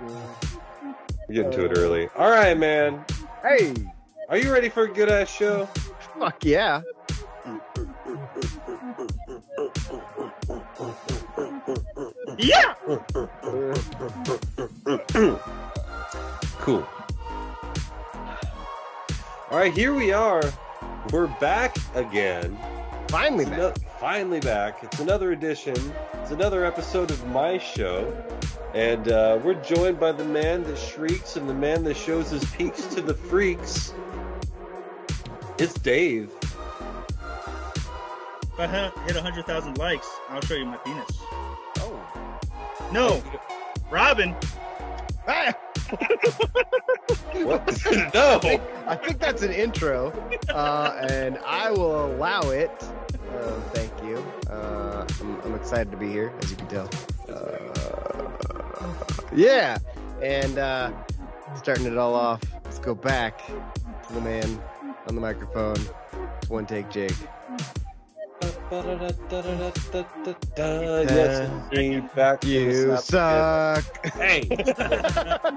We're getting to Uh, it early. All right, man. Hey, Are you ready for a good ass show? fuck yeah. Yeah! Cool. All right, here we are. We're back again. Finally, It's man. ano- finally back. It's another edition. It's another episode of my show. And uh, we're joined by the man that shrieks and the man that shows his peaks to the freaks. It's Dave. If I ha- hit 100,000 likes, I'll show you my penis. Oh. No, Robin. Ah, What? no. I think that's an intro, uh, and I will allow it. Uh, thank you. Uh, I'm, I'm excited to be here, as you can tell. Uh, yeah, and uh, starting it all off, let's go back to the man on the microphone. It's one take, Jake. yes, it's back to Uh, You the sound suck. again. Hey,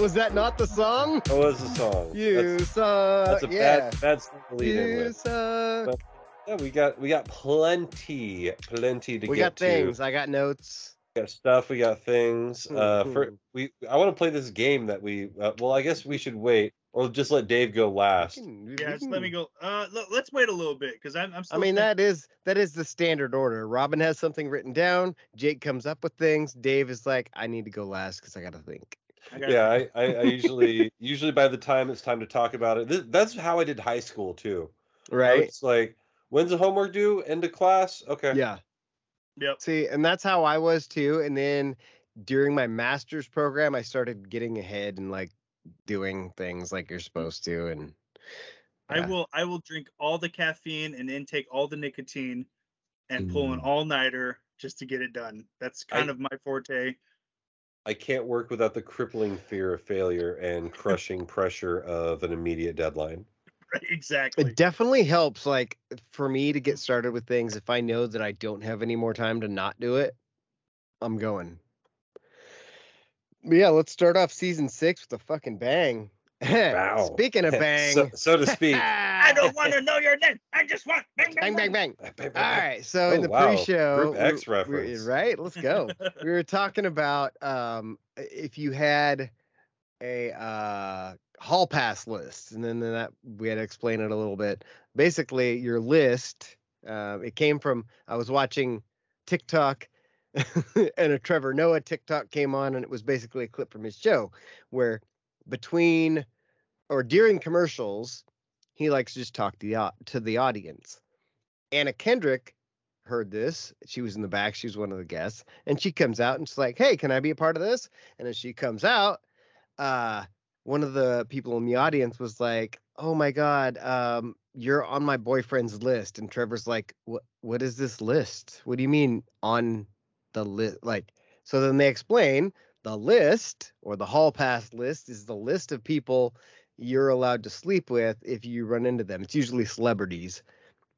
Was that not the song? that was the song. You That's- suck. That's a yeah. bad. That's the lead in You with. suck. Yeah, we got we got plenty, plenty to We get got to. things. I got notes. We got stuff. We got things. Uh, for Mhm. we, I want to play this game that we. Uh, well, I guess we should wait. Or just let Dave go last. Yeah, just let me go. Uh, l- let's wait a little bit because I'm, I'm I still. mean thinking- that is that is the standard order. Robin has something written down. Jake comes up with things. Dave is like, I need to go last because I gotta think. I gotta- Yeah, I, I, I usually usually by the time it's time to talk about it, th- that's how I did high school too. Right? It's like when's the homework due? End of class? Okay. Yeah. Yep. See, and that's how I was too. And then during my master's program, I started getting ahead and like doing things like you're supposed to. And I yeah. will. I will drink all the caffeine and intake all the nicotine, and pull an Mm. all nighter just to get it done. That's kind I- of my forte. I can't work without the crippling fear of failure and crushing pressure of an immediate deadline. Right, exactly. It definitely helps, like for me to get started with things. If I know that I don't have any more time to not do it, I'm going. But yeah, let's start off season six with a fucking bang. Wow. Speaking of bang, ah, so, so to speak. I don't want to know your name. I just want bang bang, bang, bang. All right, so Oh, in the wow. pre-show, Group X we- we- reference. right? Let's go. we were talking about um, if you had a uh, hall pass list, and then that we had to explain it a little bit. Basically, your list um, it came from I was watching TikTok, and a Trevor Noah TikTok came on, and it was basically a clip from his show where between or during commercials, he likes to just talk to the au- to the audience. Anna Kendrick heard this. She was in the back. She was one of the guests, and she comes out and she's like, "Hey, can I be a part of this?" And as she comes out, uh, one of the people in the audience was like, "Oh my god, um, you're on my boyfriend's list." And Trevor's like, "What? What is this list? What do you mean on the list? Like?" So then they explain the list or the hall pass list is the list of people you're allowed to sleep with if you run into them. It's usually celebrities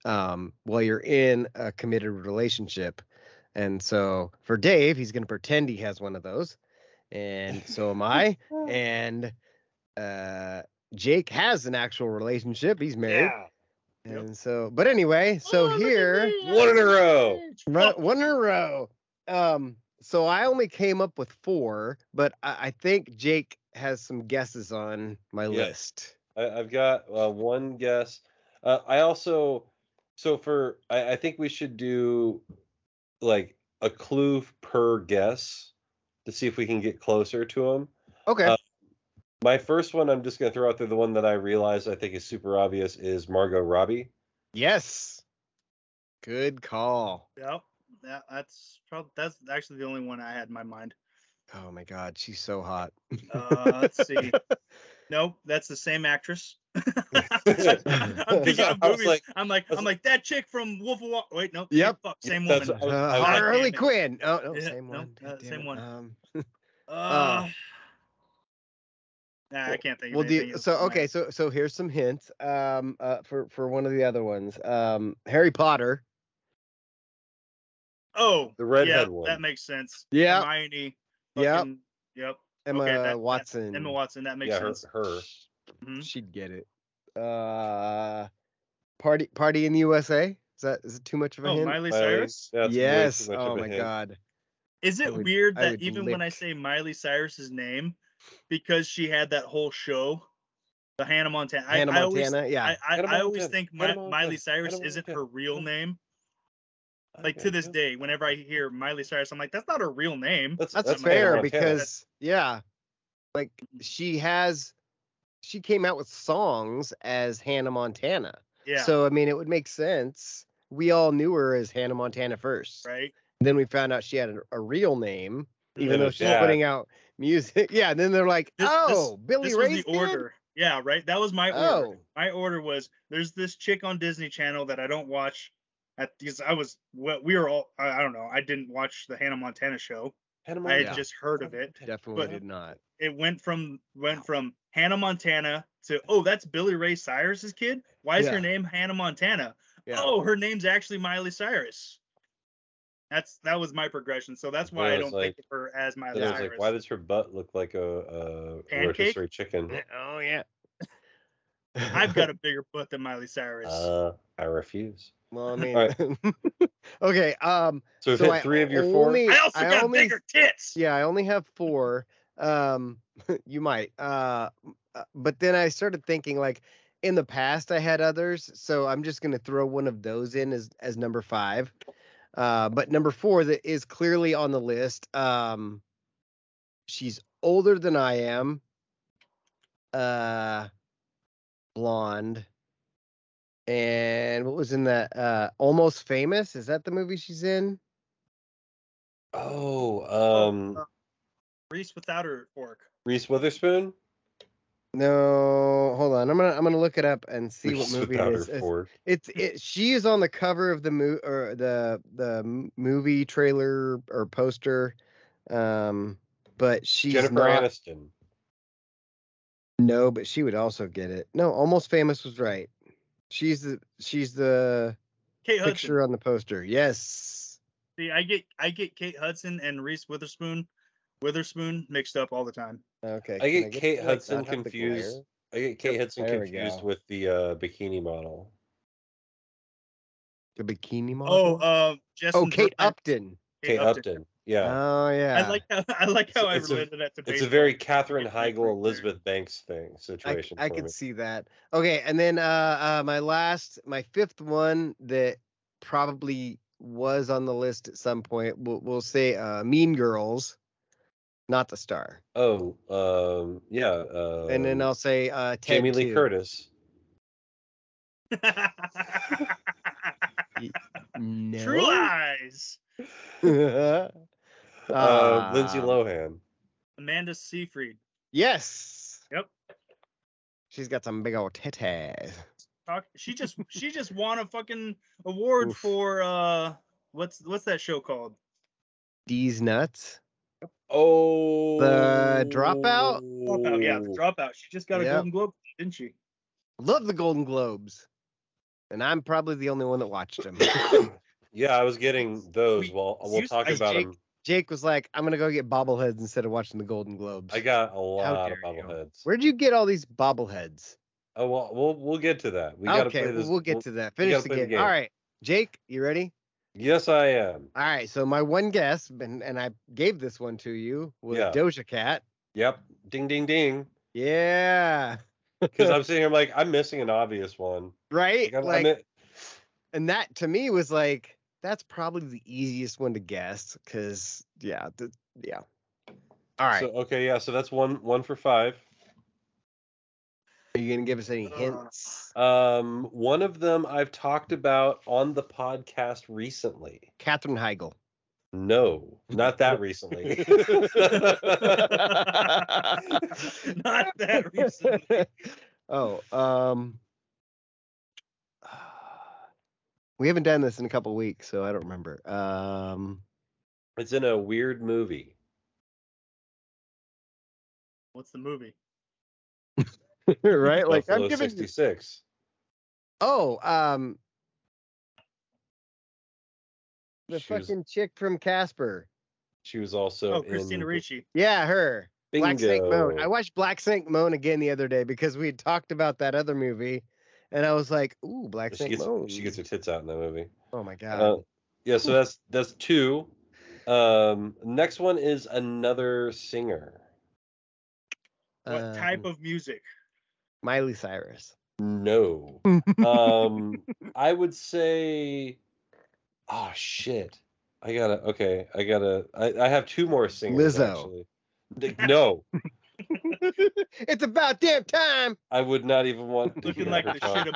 um, while you're in a committed relationship. And so for Dave, he's going to pretend he has one of those. And so am I. And uh, Jake has an actual relationship. He's married. Yeah. Yep. Oh, And so, but anyway, so here, One in a row. Right, one in a row. Um, so I only came up with four, but I, I think Jake has some guesses on my Yes. list. I, I've got uh, one guess. Uh, I also, so for, I, I think we should do like a clue per guess to see if we can get closer to them. Okay. Uh, My first one, I'm just going to throw out there the one that I realized I think is super obvious is Margot Robbie. yes. Good call. Yep. That, that's probably that's actually the only one I had in my mind. Oh my God, she's so hot. Uh, let's see. Nope, that's the same actress. I'm thinking of I was movies. like- I'm like, I was I'm like that chick from Wolf of Wall. Wait, nope. Yep. Fuck, same That's woman. what I was- I Uh, was- God damn Harley it. Quinn. Oh, no, Yeah, same no, one. uh, God same damn it. one. Um, Uh, Ah. uh, nah, I can't think. well, of do anything you- else so. in my- Okay, so so here's some hints. Um, uh, for for one of the other ones. Um, Harry Potter. Oh, The redhead yeah, one. That makes sense. Yeah. Hermione. Yep. fucking- Yep. Emma okay, that- that- Watson. Emma Watson. That makes yeah, her, sense. her. Mhm. She'd get it. Uh, party party in the USA. Is that is it too much of a Oh, hint? Miley Miley. Cyrus. That's way too yes. much Oh of a my hint. god. Is I it would- weird I that would even when I lick. say Miley Cyrus's name, because she had that whole show, the Hannah Montana. I- Hannah I, always- Montana. yeah. I, I, Hannah I always Montana, think Hannah Mi- Montana, Miley Cyrus Hannah isn't Montana. her real name. Like Okay, to this yeah. day, whenever I hear Miley Cyrus, I'm like, that's not her real name. That's, that's, that's my fair Hannah Montana. because yeah, like she has, she came out with songs as Hannah Montana. Yeah. So I mean, it would make sense. We all knew her as Hannah Montana first. right. Then we found out she had a, a real name, even It though was she's that. putting out music. Yeah. And then they're like, This- this- oh, Billy This Ray. was the order. Yeah. Right. That was my order. Oh, my order was there's this chick on Disney Channel that I don't watch at because I was well, we were all I, I don't know I didn't watch the Hannah Montana show Hannah Oh I had Montana. just heard of it definitely But- did not. it went from went from Hannah Montana to oh that's Billy Ray Cyrus's kid why is Yeah. her name Hannah Montana Yeah. oh her name's actually Miley Cyrus that's that was my progression so that's Then why I, I was don't think of her as Miley Then I was Cyrus like, why does her butt look like a, a Pancake? rotisserie chicken? Oh yeah. I've got a bigger butt than Miley Cyrus Uh, I refuse. Well, I mean, Alright. okay. Um, So we've So I hit three of your four. only- I also I got only- bigger tits yeah, I only have four. Um, you might. Uh, uh, but then I started thinking like, in the past I had others, so I'm just gonna throw one of those in as as number five. Uh, but number four that is clearly on the list. Um, she's older than I am. Uh, blonde. And what was in that? Uh, Almost Famous. Is that the movie she's in? Oh, uh, uh, um, Reese without her fork Reese Witherspoon. No, hold on. I'm gonna I'm gonna look it up and see Reese what movie without it her is. It's, fork. it's it. She is on the cover of the mo- or the the m- movie trailer or poster, um, but she's Jennifer not. Aniston. No, but she would also get it. No, almost famous was right. She's the she's the Kate Hudson picture on the poster. Yes. See, I get I get Kate Hudson and Reese Witherspoon, Witherspoon mixed up all the time. Okay. I can get Kate to, like, Hudson not have the glare? confused. I get Kate Hudson There we confused go. with the uh, bikini model. The bikini Oh, model. uh, Justin. oh, Kate Verlander, Upton. Kate Upton. Yeah. Oh yeah. I like how I like It's- how I it's a- related that to. it's a baseball. very Katherine It's like Heigl, right there. Elizabeth Banks thing Oh, I, situation. I for can me. see that. Okay, and then uh, uh, my last, my fifth one that probably was on the list at some point. We'll, we'll say uh, Mean Girls, not the star, Oh, um, yeah. Uh, and then I'll say uh, Ted Jamie Lee too. Curtis. No. True Lies. Uh, Lindsay Ah. Lohan. Amanda Seyfried. yes. Yep. She's got some big old titties. Talk, she just she just won a fucking award Oof. for uh what's what's that show called? These nuts. Oh. Dropout? Dropout. Yeah, the Dropout. She just got a Yep. Golden Globe, didn't she? Love the Golden Globes, and I'm probably the only one that watched them. yeah, I was getting those. We- Well, we'll you- talk I about take- them. Jake was like, "I'm gonna go get bobbleheads instead of watching the Golden Globes." I got a lot of dare you. bobbleheads. Where'd you get all these bobbleheads? Oh, well, we'll we'll get to that. We gotta okay, play this. we'll get to that. we Finish gotta the play the game. game. All right, Jake, you ready? Yes, I am. All right. So my one guess, and, and I gave this one to you, was Yeah. Doja Cat. Yep. Ding, ding, ding. Yeah. Because I'm sitting here, I'm like, I'm missing an obvious one. Right. Like, I'm- I'm Like, in- and that to me was like, that's probably the easiest one to guess, because yeah, th- yeah. All right. So okay, yeah. So that's one one for five. Are you gonna give us any Uh, hints? Um, one of them I've talked about on the podcast recently. Katherine Heigl. No, not that recently. Not that recently. oh, um, we haven't done this in a couple weeks, so I don't remember. Um, it's in a weird movie. What's the movie? right? Like I'm Buffalo giving. 66. Oh, um, the She was- fucking chick from Casper. She was also Oh, Christina in Ricci. Yeah, her. Bingo. Black Snake Moan. I watched Black Snake Moan again the other day because we had talked about that other movie, and I was like, "Ooh, Black she Snake gets Moan." she gets her tits out in that movie. Oh my god. Uh, yeah, so that's that's two. Um, next one is another singer. What Um, type of music? Miley Cyrus? No. Um, I would say, oh shit, I gotta. Okay, I gotta. I, I have two more singers. Lizzo. Actually. D- No, it's about damn time. I would not even want. To Looking hear like her the talk. shit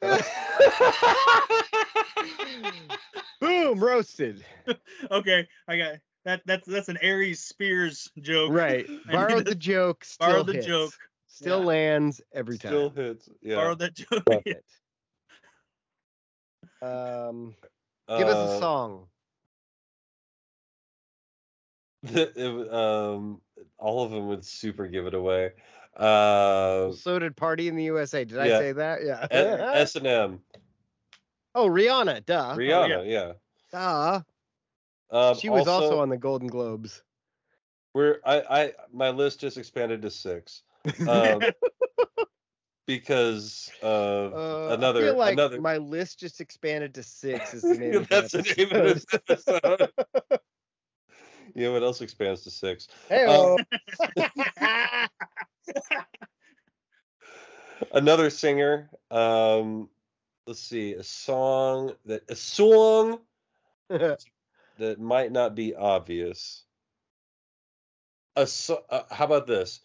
emoji. Boom, roasted. Okay, I got that. That's that's an Aries Spears joke. Right. Borrowed the joke. Still Borrow the hits. joke. Still Yeah. lands every time. Still hits. Yeah. Borrow that joke. Love it. Um, give us a Uh, song. it- um, all of them would super give it away. Uh, So did Party in the USA. Did I yeah. say that? Yeah. S and M, oh, Rihanna. Duh. Rihanna, yeah. Duh. Um, she was also, on the Golden Globes. We're I I my list just expanded to six, um, because of Uh, I another feel like another. my list just expanded to six. Is the name of the That's the name of this episode. episode. yeah, what else expands to six? Hey-oh. another singer. Um, let's see, a song that a song Um, that might not be obvious. A so, uh, how about this?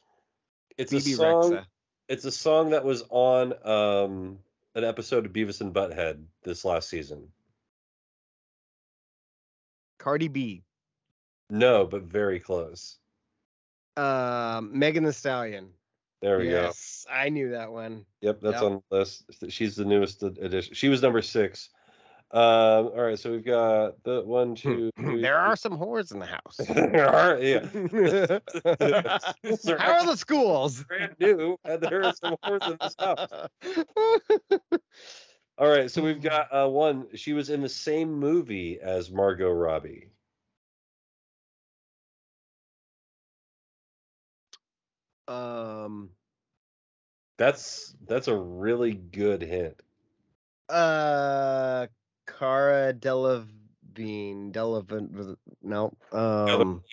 It's a BB song. Rexa. It's a song that was on um an episode of Beavis and Butthead this last season. Cardi B. No, but very close. Um, Megan the Stallion. There we go. yes, I knew that one. Yep, that's Yep. on the list. She's the newest ad- addition. She was number six. Um, all right, so we've got the one, two. three- Hmm. there are some whores in the house. there are, yeah. How are the schools? brand new, and there are some horses in this house. All right, so Mm-hmm. we've got uh, one. She was in the same movie as Margot Robbie. um, That's that's a really good hint. uh, Cara Delevingne, Delevingne, no, um,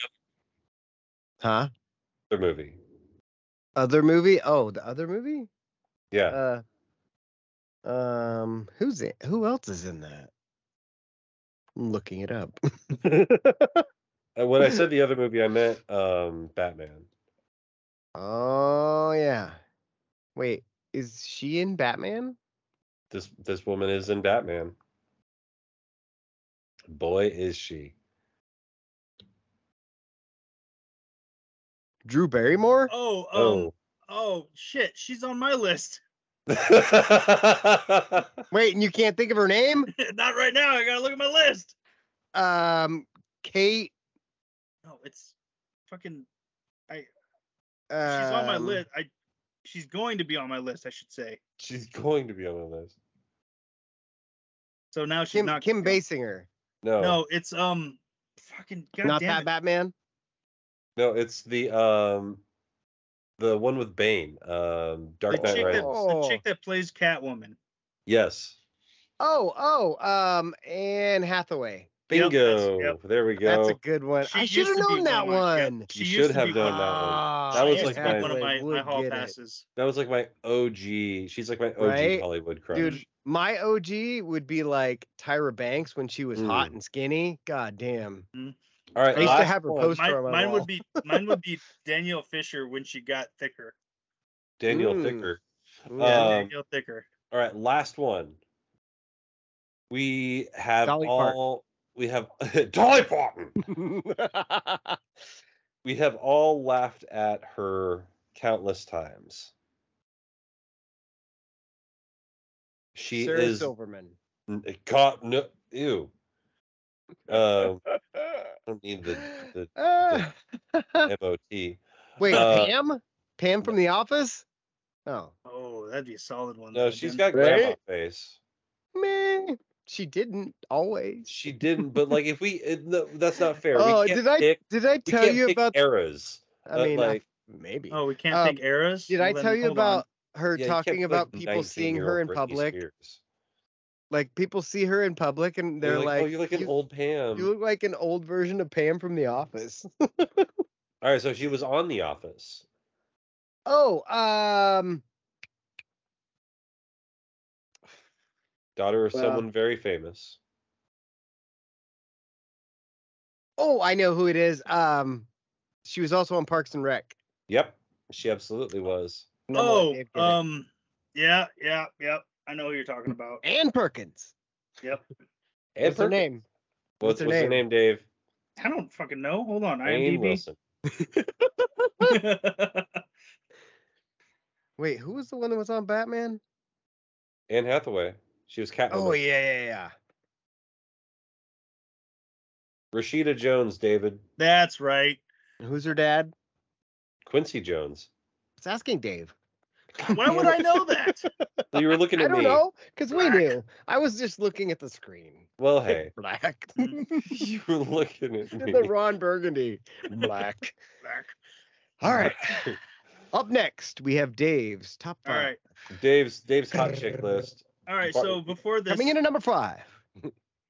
huh? The movie, Other movie? Oh, the other movie? yeah. Uh, um, who's it? Who else is in that? I'm looking it up. Uh, when I said the other movie, I meant um, Batman. Oh yeah. Wait, is she in Batman? This this woman is in Batman. Boy, is she! Drew Barrymore? Oh, um, Oh, oh, shit, she's on my list. Oh. Wait, and you can't think of her name? Not right now. I gotta look at my list. Um, Kate. No, it's fucking. Um, she's on my list. I. She's going to be on my list, I should say. she's going to be on the list. So now she's Kim, not. Kim Basinger. No, no, No, it's um, fucking Not goddamn that it. Batman. it's the um, the one with Bane, um, The Dark Knight chick, Rises. that, the Oh. chick that plays Catwoman. Yes. Oh, oh, um, Anne Hathaway. Yep, that's- Bingo. yep. There we go. That's a good one. She I used should have to be known that one of my- yep, one. she You used should to have be known that one. Ah, That was She like used to my- be one of Hathaway my, my would hall get it. passes. That was like my OG. She's like my OG Right? Hollywood crush. Dude, my OG would be like Tyra Banks when she was hot Mm. and skinny. God damn. All right. I used to last have her one. poster Mine, on my mine wall. would be mine would be Danielle Fisher when she got thicker. Daniel Mm. Thicker. Ooh. Yeah, Um, Danielle Thicker. All right, last one. We have Dolly Parton. all we have Dolly Parton. We have all laughed at her countless times. She Sarah is Silverman. n- eh, caught no ew. Um, I don't need the, the Ah. MOT. Wait, Uh, Pam? Pam from The Office? Oh, Oh, that'd be a solid one. No, though, she's Jen. got Right? grandma face. man. she didn't always. She didn't, but like if we, it, no, that's not fair. We Oh, can't did I pick- did I we tell can't you pick about? eras? I mean, uh, I- like- maybe. Oh, we can't Um, pick eras. Did Well, I then tell you hold on. about her Yeah, you can't talking pick, about like, people seeing her 19-year-old in Britney public? Spears. Like people see her in public and they're You're like, "Oh, you're like an "You- old um." Pam." You look like an old version of Pam from The Office. All right, so she was on The Office. oh, um, Daughter of Well- someone very famous. oh, I know who it is. Um, she was also on Parks and Rec. Yep, she absolutely was. And I'm like, Oh, "They've got it." um, yeah, yeah, yep. I know who you're talking about. Ann Perkins. And What's her Perkins. name? What's, what's her name? Dave? I don't fucking know. Hold on, Rainn IMDb. Wilson. Wait, who was the one that was on Batman? Anne Hathaway. She was Catwoman. Oh yeah, yeah, yeah. Rashida Jones, David. That's right. And Who's her dad? Quincy Jones. It's asking Dave. Why would I know that? You were looking I at don't me. know, because we Black. knew. I was just looking at the screen. Well, hey, Black. you were looking at me. the Ron Burgundy. Black. All right. Up next, we have Dave's top All five. right, Dave's Dave's hot chick list. all right. So before this, Coming in at number five.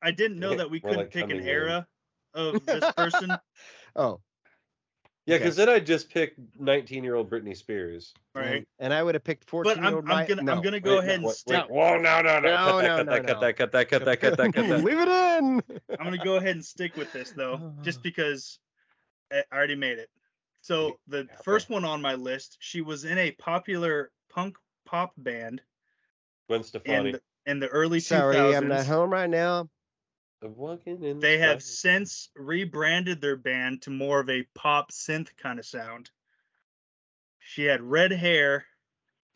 I didn't know that we More couldn't like pick coming an in. era of this person. Oh, Yeah, Okay. because then I just picked 19 year old Britney Spears. Right. And, and I would have picked 14 But I'm, year old I'm gonna no. I'm gonna go Wait, ahead no, and wait, stick. wait, Whoa, no, no, no. cut No, no, that, no, cut that, cut that, cut that, cut that, cut that, cut that. Leave it in. I'm gonna go ahead and stick with this though, just because I I already made it. So the Yeah, first one on my list, she was in a popular punk pop band Gwen in Stefani. the, in the early 2000s. Sorry, I'm not home right now. I'm walking in They the have sun. since rebranded their band to more of a pop synth kind of sound. She had red hair.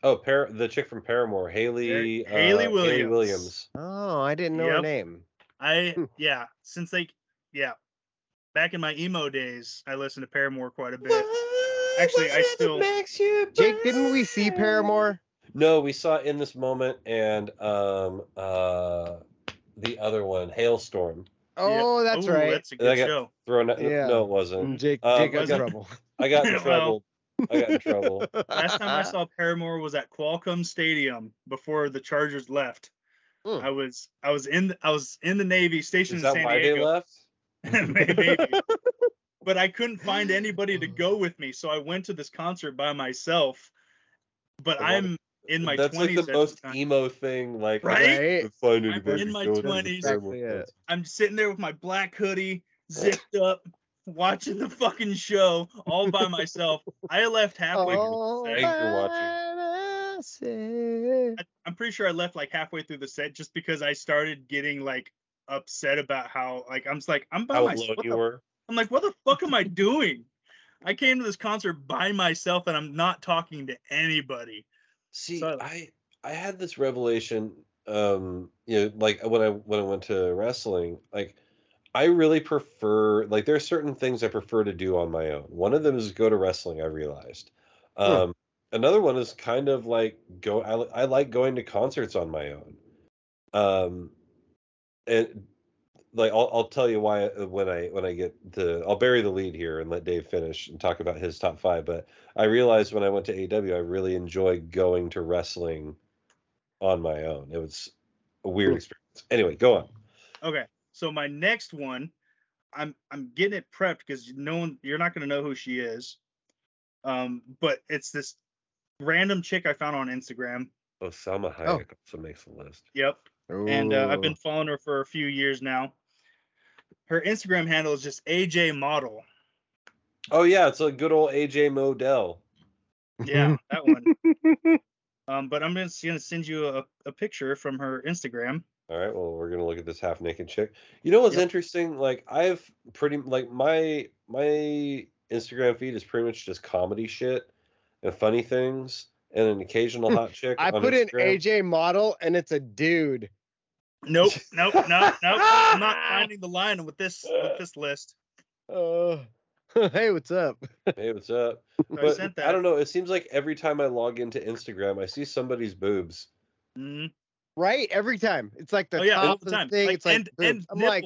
Oh, Par- the chick from Paramore, Haley. Yeah, Hayley Haley Williams. Williams. Oh, I didn't know her Yep. name. I Hmm. yeah, since they yeah. Back in my emo days, I listened to Paramore quite a bit. Actually, I still- Jake, didn't we see Paramore? No, we saw in this moment and um uh the other one, Hailstorm. Oh, that's Ooh, right. That's a good I got- show. Thrown out. Yeah. No, it wasn't. Jake, Um, Jake I was got- trouble. I got in Mm. Well. trouble. I got in trouble. Last time I saw Paramore was at Qualcomm Stadium before the Chargers left. Hmm. I was I was in I was in the Navy stationed Is in that San why they Diego. left? Maybe. but I couldn't find anybody to go with me, so I went to this concert by myself. But I love I'm in my That's 20s like at the most time. emo thing. Like Right? I couldn't find I'm anybody in to my go to the 20s. Paramore Exactly concert. I'm sitting there with my black hoodie zipped up, watching the fucking show all by myself. I left halfway. Oh, through the Thank set. you, I'm pretty sure I left like halfway through the set just because I started getting like upset about how like I'm just like I'm by How myself. alone What you the- were. I'm like, what the fuck am I doing? I came to this concert by myself and I'm not talking to anybody. See, So- I I had this revelation, um, you know, like when I when I went to wrestling, like I really prefer like there are certain things I prefer to do on my own. One of them is go to wrestling. I realized. Um, Another one is kind of like go. I, li- I like going to concerts on my own. Um, and like I'll I'll tell you why uh, when I when I get to I'll bury the lead here and let Dave finish and talk about his top five, but. I realized when I went to AW, I really enjoyed going to wrestling on my own. It was a weird Hmm. experience. Anyway, go on. Okay. So my next one, I'm I'm getting it prepped because no one you're not gonna know who she is. Um, but it's this random chick I found on Instagram. Osama Oh, Hayek Oh. also makes the list. Yep. and uh, I've been following her for a few years now. Her Instagram handle is just AJ Model. Oh yeah, it's a good old AJ Modell. Yeah, that one. Um, but I'm just gonna send you a, a picture from her Instagram. All right, well, we're gonna look at this half naked chick. You know what's Yep. interesting? Like I've pretty like my my Instagram feed is pretty much just comedy shit and funny things and an occasional hot chick. Hmm. I on put in Instagram. AJ model and it's a dude. Nope, nope, nope, nope. I'm not finding the line with this with this list. Uh, hey, what's up? Hey, what's up? So I But sent that. I don't know. It seems like every time I log into Instagram, I see somebody's boobs. Mhm. Right? Every time. It's like the oh yeah, all top the of the time. thing. Like, it's like, and, boobs. and I'm nipple. like,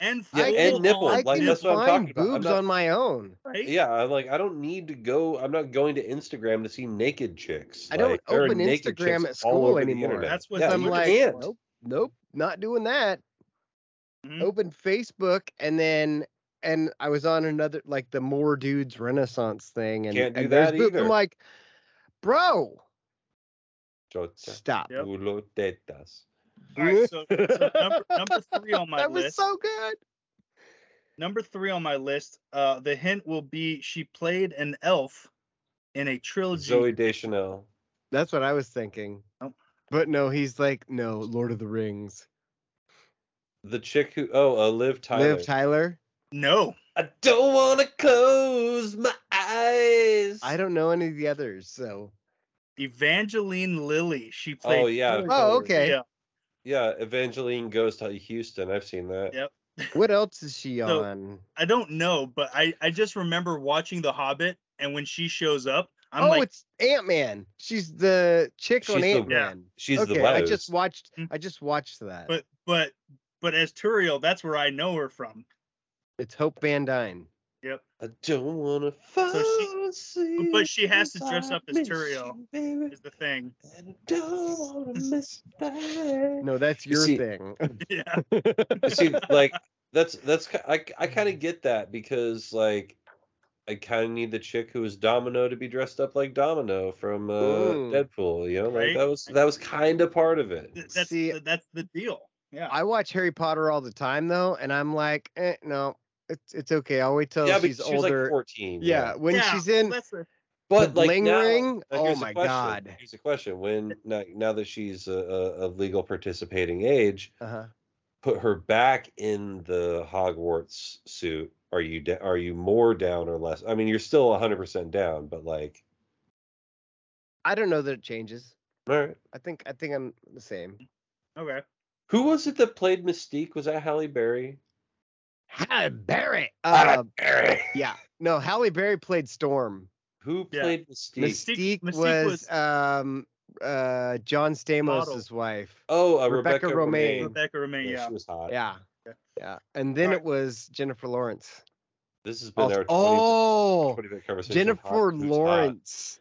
and Yeah, full and on, nipple, I like, can that's what I'm find talking about. I'm boobs not- on my own. right? Yeah, I'm like I don't need to go. I'm not going to Instagram to see naked chicks. I don't Like, there are open naked Instagram chicks at all school over the anymore. internet. That's what yeah, I'm you like, can't. nope, nope, not doing that. Mhm. Open Facebook and then and I was on another like the more dudes renaissance thing and, Can't do and there's that boobs. either. I'm like, bro, Chota, stop. Yep. culo, tetas. All right, so, so number, number three on my that was list. so good. Number three on my list. Uh, the hint will be she played an elf in a trilogy. Zoe Deschanel. That's what I was thinking. Nope. But no, he's like, no, Lord of the Rings. The chick who oh, uh, Liv Tyler. Liv Tyler. No, I don't want to close my eyes. I don't know any of the others, so Evangeline Lilly. She played. Oh yeah, Oh, okay. Yeah. yeah. Evangeline goes to Houston. I've seen that. Yeah. What else is she So- on? I don't know, but I I just remember watching The Hobbit, and when she shows up, I'm oh, like, it's Ant Man. She's the chick She's on the- Ant Yeah. Man. She's okay, the I Lowe's. just watched. Mhm. I just watched that. but but but as Turiel, that's where I know her from. it's Hope Van Dyne. I don't want to fall she- asleep. but she has to dress if I up as miss Turiel. you, baby, Is the thing. and I don't wanna miss that. No, that's You your see- thing. Yeah. You see, like that's that's ki- I I kind of get that because like I kind of need the chick who was Domino to be dressed up like Domino from uh, Ooh. Deadpool. You know, like Right? that was that was kind of part of it. Th- That's See- the, that's the deal. Yeah. I watch Harry Potter all the time though, and I'm like, eh, no, it's it's okay. I'll wait till yeah, but she's she was like older. 14. yeah, when Yeah, she's in that's the- but the like bling now, ring. now oh here's a my question. god. Here's a question: When now, now that she's a, a, a legal participating age, Uh-huh. put her back in the Hogwarts suit. Are you da- are you more down or less? I mean, you're still 100 percent down, but like, I don't know that it changes. all right. I think I think I'm the same. okay. Who was it that played Mystique? Was that Halle Berry? Halle Berry. Uh, Berry. yeah. No, Halle Berry played Storm. Who Yeah. played Mystique? Mystique, Mystique- Mystique was, was- um uh John Stamos' Model. wife. Oh, uh, Rebecca, Rebecca Romaine. Romaine. Rebecca Romaine. Yeah, Yeah. she was hot. Yeah. Yeah. Yeah. And then Alright. it was Jennifer Lawrence. This has been Also- our 20 oh, 20 minute conversation. on hot Jennifer who's Mm-hmm. hot. Lawrence.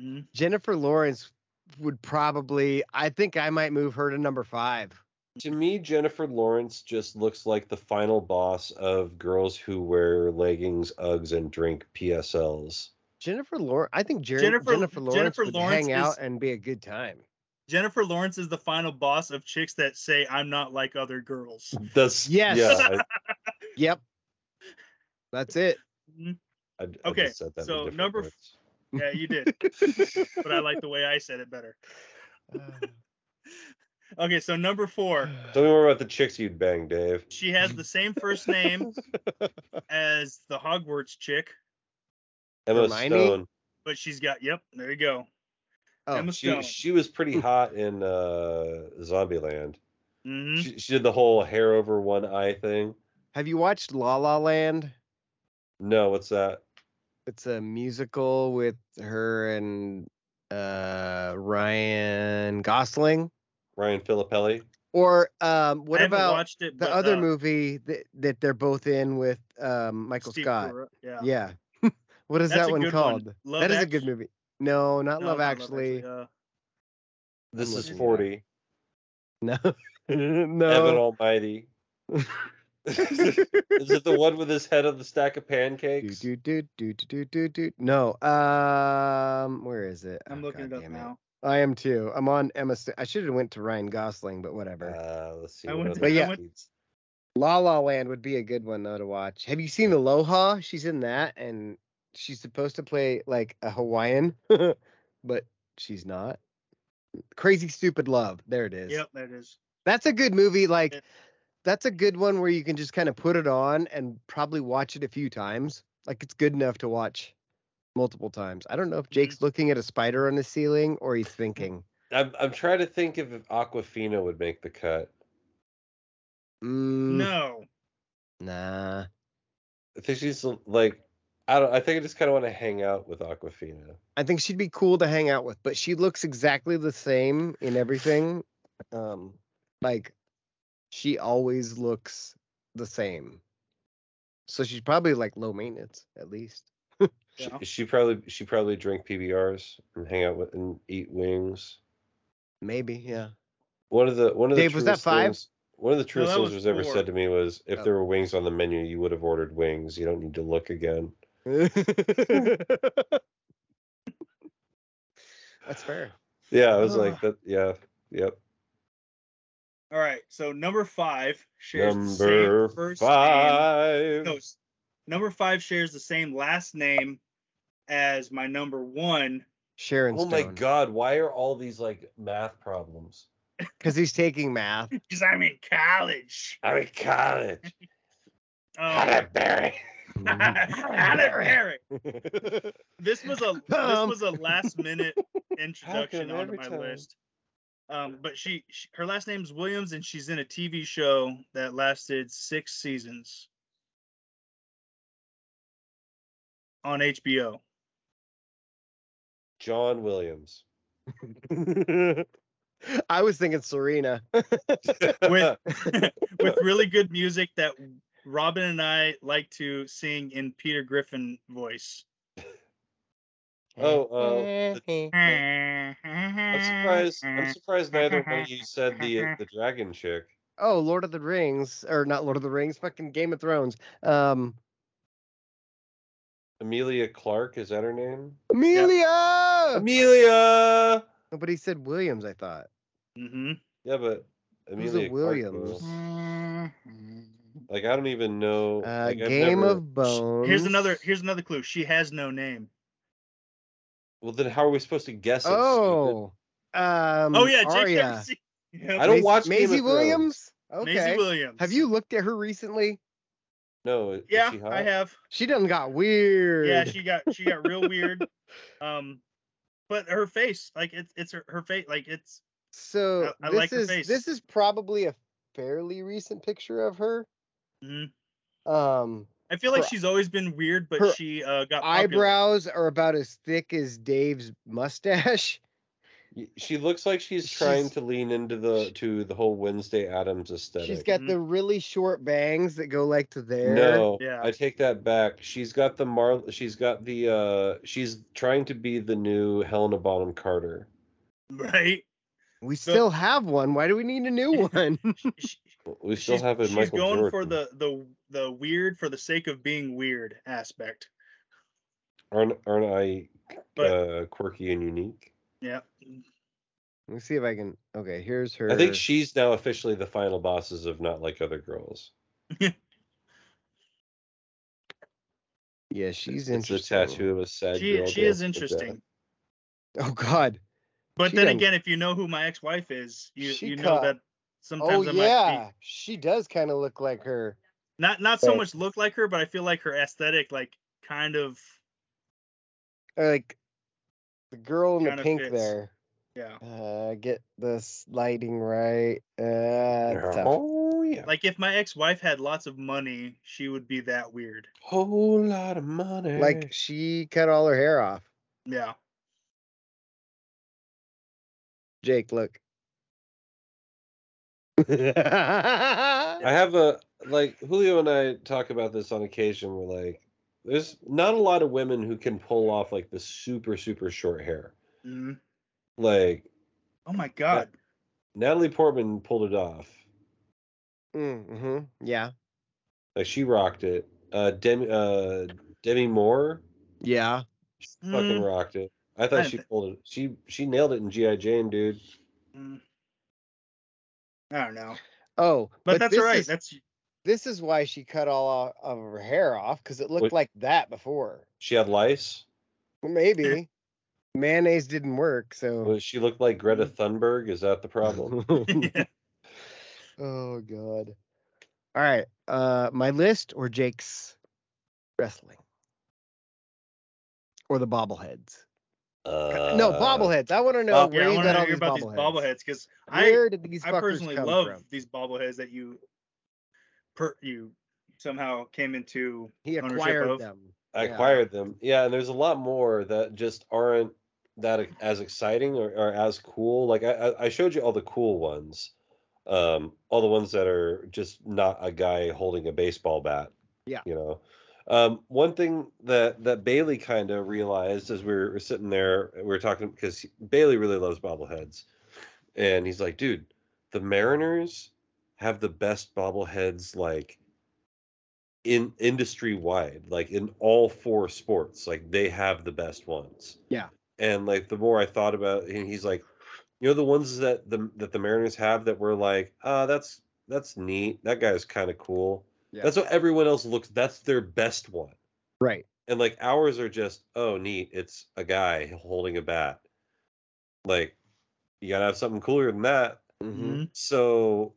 Mhm. Jennifer Lawrence would probably I think I might move her to number 5. To me, Jennifer Lawrence just looks like the final boss of girls who wear leggings, Uggs, and drink PSLs. Jennifer Lawrence I think Jer- Jennifer, Jennifer- Lawrence Jennifer would Lawrence hang out is- and be a good time. Jennifer Lawrence is the final boss of chicks that say I'm not like other girls. That's Yes. Yeah, Yep. That's it. Mhm. I, I, I Okay, just said that in so different number words. Yeah, you did. but I like the way I said it better. Okay, so number four. Tell me more about the chicks you'd bang, Dave. She has the same first name as the Hogwarts chick, Emma Hermione? Stone. but she's got yep, there you go. Oh, Emma She Stone. she was pretty hot in uh, Zombieland. Mhm. She, she did the whole hair over one eye thing. Have you watched La La Land? No, what's that? It's a musical with her and uh Ryan Gosling. Ryan Filippelli. Or um what I haven't about watched it, the but, other uh, movie that, that they're both in with um Michael Steve Scott? Carell, Yeah. Yeah. what is That's that a one good one. called? Love that is a Actu- good movie. No, not No, Love not Actually. uh, This I'm is looking it up. 40. No. Evan no. Almighty. is it the one with his head on the stack of Do, pancakes? do, do, do, do, do, do. No. Um where is it? I'm Oh, looking God it up damn now. I am too. I'm on Emma St- I should have went to Ryan Gosling, but whatever. Uh, let's see. I what went other to- I movies. went- La La Land would be a good one though to watch. Have you seen Aloha? She's in that, and she's supposed to play like a Hawaiian, but she's not. Crazy Stupid Love. There it is. Yep, that is. That's a good movie. Like, Yeah. that's a good one where you can just kind of put it on and probably watch it a few times. Like, it's good enough to watch multiple times. I don't know if Mm-hmm. Jake's looking at a spider on the ceiling or he's thinking, I'm, I'm trying to think if Aquafina would make the cut. mm, No. nah. I think she's like, I don't. I think I just kind of want to hang out with Aquafina. I think she'd be cool to hang out with, but she looks exactly the same in everything. Um, like she always looks the same. So she's probably like low maintenance at least. She, she probably she probably drink PBRs and hang out with and eat wings. Maybe, yeah. One of the one of the Dave, was that truest five? things- one of the truest that things was was ever four. said to me was if Oh. there were wings on the menu, you would have ordered wings. You don't need to look again. That's fair. Yeah, I was Ugh. like that. Yeah, yep. All right, so number five shares Number the same first five. name. No, s- number five shares the same last name as my number one. Sharon oh my God! Why are all these like math problems? Because he's taking math. Because I'm in college. I'm in college. Um, Berry. Mm-hmm. Halle Berry. This was a this Um, was a last minute introduction come onto every my time? list. Um, but she, she her last name's Williams, and she's in a TV show that lasted six seasons on HBO. John Williams. I was thinking Serena. With- with really good music that Robin and I like to sing in Peter Griffin voice. oh, uh, I'm surprised. I'm surprised neither one of you said the the dragon chick. oh, Lord of the Rings, or not Lord of the Rings, fucking Game of Thrones. Um, Amelia Clark is that her name? Amelia. Amelia. But he said Williams. I thought. Mhm. Yeah, but Who's Amelia a Clark, Williams? though, Mm-hmm. like I don't even know. Uh, like, I've Game never- of Bones. Here's another. Here's another clue. She has no name. Well, then how are we supposed to guess? it, stupid? Oh. Um, oh yeah, Jake's never Aria. seen- Yep. I don't Maze- watch Game Maisie of Thrones. Williams. Okay. Maisie Williams. Have you looked at her recently? no. is Yeah, she hot? I have. She done got weird. Yeah, she got she got real weird. Um, but her face, like it's it's her, her face, like it's so I- I this like her is face. this is probably a fairly recent picture of her. mhm. Um, I feel like Her- she's always been weird, but her she uh got popular. eyebrows are about as thick as Dave's mustache. Y- She looks like she's She's- trying to lean into the to the whole Wednesday Adams aesthetic. She's got Mhm. the really short bangs that go like to there. No, Yeah. I take that back. She's got the Mar. She's got the. uh She's trying to be the new Helena Bonham Carter. right? We So- still have one. Why do we need a new one? She- We still she's, have a she's Michael going Jordan. for the the the weird for the sake of being weird aspect. Aren't aren't I But- uh, quirky and unique? Yeah. Let me see if I can. Okay, here's her. I think she's now officially the final bosses of not like other girls. Yeah, she's it's a interesting. tattoo of a sad She girl. she is dancing to death. interesting. Oh God. But She then done- again, if you know who my ex-wife is, you She you know cut- that sometimes oh I might yeah, be she does kind of look like her. not not so Right. much look like her, but I feel like her aesthetic like kind of Or, like the girl in the Kinda pink fits. there. yeah. Uh, get this lighting right. Uh, it's tough. Oh yeah. Like if my ex-wife had lots of money, she would be that weird. Whole lot of money. like she cut all her hair off. Yeah. Jake, look. yeah, I have a like Julio and I talk about this on occasion. We're like, there's not a lot of women who can pull off like the super super short hair. Mhm. Like Oh my god. Natalie Portman pulled it off. mm-hmm. yeah, Like she rocked it. Uh, Demi uh, Demi Moore yeah. fucking Mm. rocked it. I thought I she th- pulled it. She she nailed it in GI Jane, dude. Mm. I don't know. Oh, But, that's this all right. is- that's this is why she cut all o- of her hair off because it looked Wait. like that before. She had lice. Maybe mayonnaise didn't work, so. Was- She looked like Greta Mm. Thunberg. Is that the problem? yeah. Oh god. All right. Uh my list or Jake's wrestling. Or the bobbleheads. Uh, no, bobbleheads. I want to know bob- where yeah, I you want got to all hear these about these bobbleheads. bobbleheads because I Where did these I fuckers personally come love from? these bobbleheads that you per you somehow came into He ownership acquired of- them. I Yeah. acquired them. Yeah, and there's a lot more that just aren't that e, as exciting or, or as cool. Like I, I- I showed you all the cool ones, um, all the ones that are just not a guy holding a baseball bat. Yeah. You know, um, one thing that that Bailey kind of realized as we were sitting there, we were talking because Bailey really loves bobbleheads, and he's like, dude, the Mariners have the best bobbleheads like in industry wide, like in all four sports, like they have the best ones. Yeah. And like the more I thought about it, and he's like, you know, the ones that the that the Mariners have that were like, ah, that's that's neat. That guy's kind of cool. Yeah. That's what everyone else looks. That's their best one. Right. And like ours are just, oh, neat. It's a guy holding a bat. Like, you gotta have something cooler than that. Mhm. So,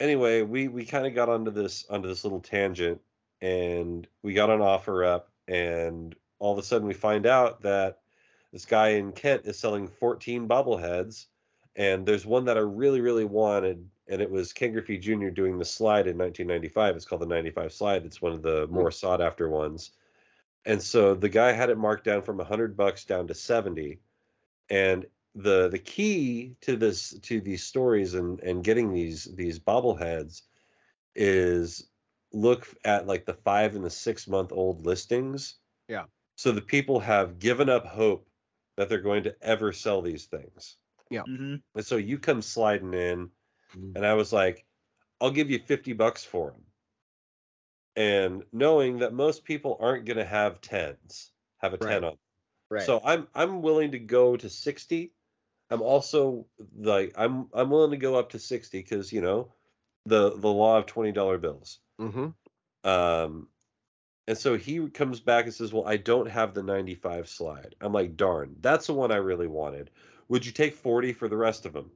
anyway, we we kind of got onto this onto this little tangent, and we got an offer up, and all of a sudden we find out that this guy in Kent is selling 14 bobbleheads, and there's one that I really really wanted, and it was Ken Griffey Jr. doing the slide in 1995. It's called the 95 slide. It's one of the more sought after ones, and so the guy had it marked down from 100 bucks down to 70, and the the key to this to these stories and and getting these these bobbleheads is look at like the five and the six month old listings Yeah. so the people have given up hope that they're going to ever sell these things hmm and so you come sliding in and I was like, I'll give you 50 bucks for them. And knowing that most people aren't going to have 10s, have a 10 on. Right. them. Right. So I'm I'm willing to go to 60. I'm also like I'm I'm willing to go up to 60 cuz you know, the the law of $20 bills. mm-hmm. Um, and so he comes back and says, "Well, I don't have the 95 slide." I'm like, "Darn, that's the one I really wanted." Would you take 40 for the rest of them?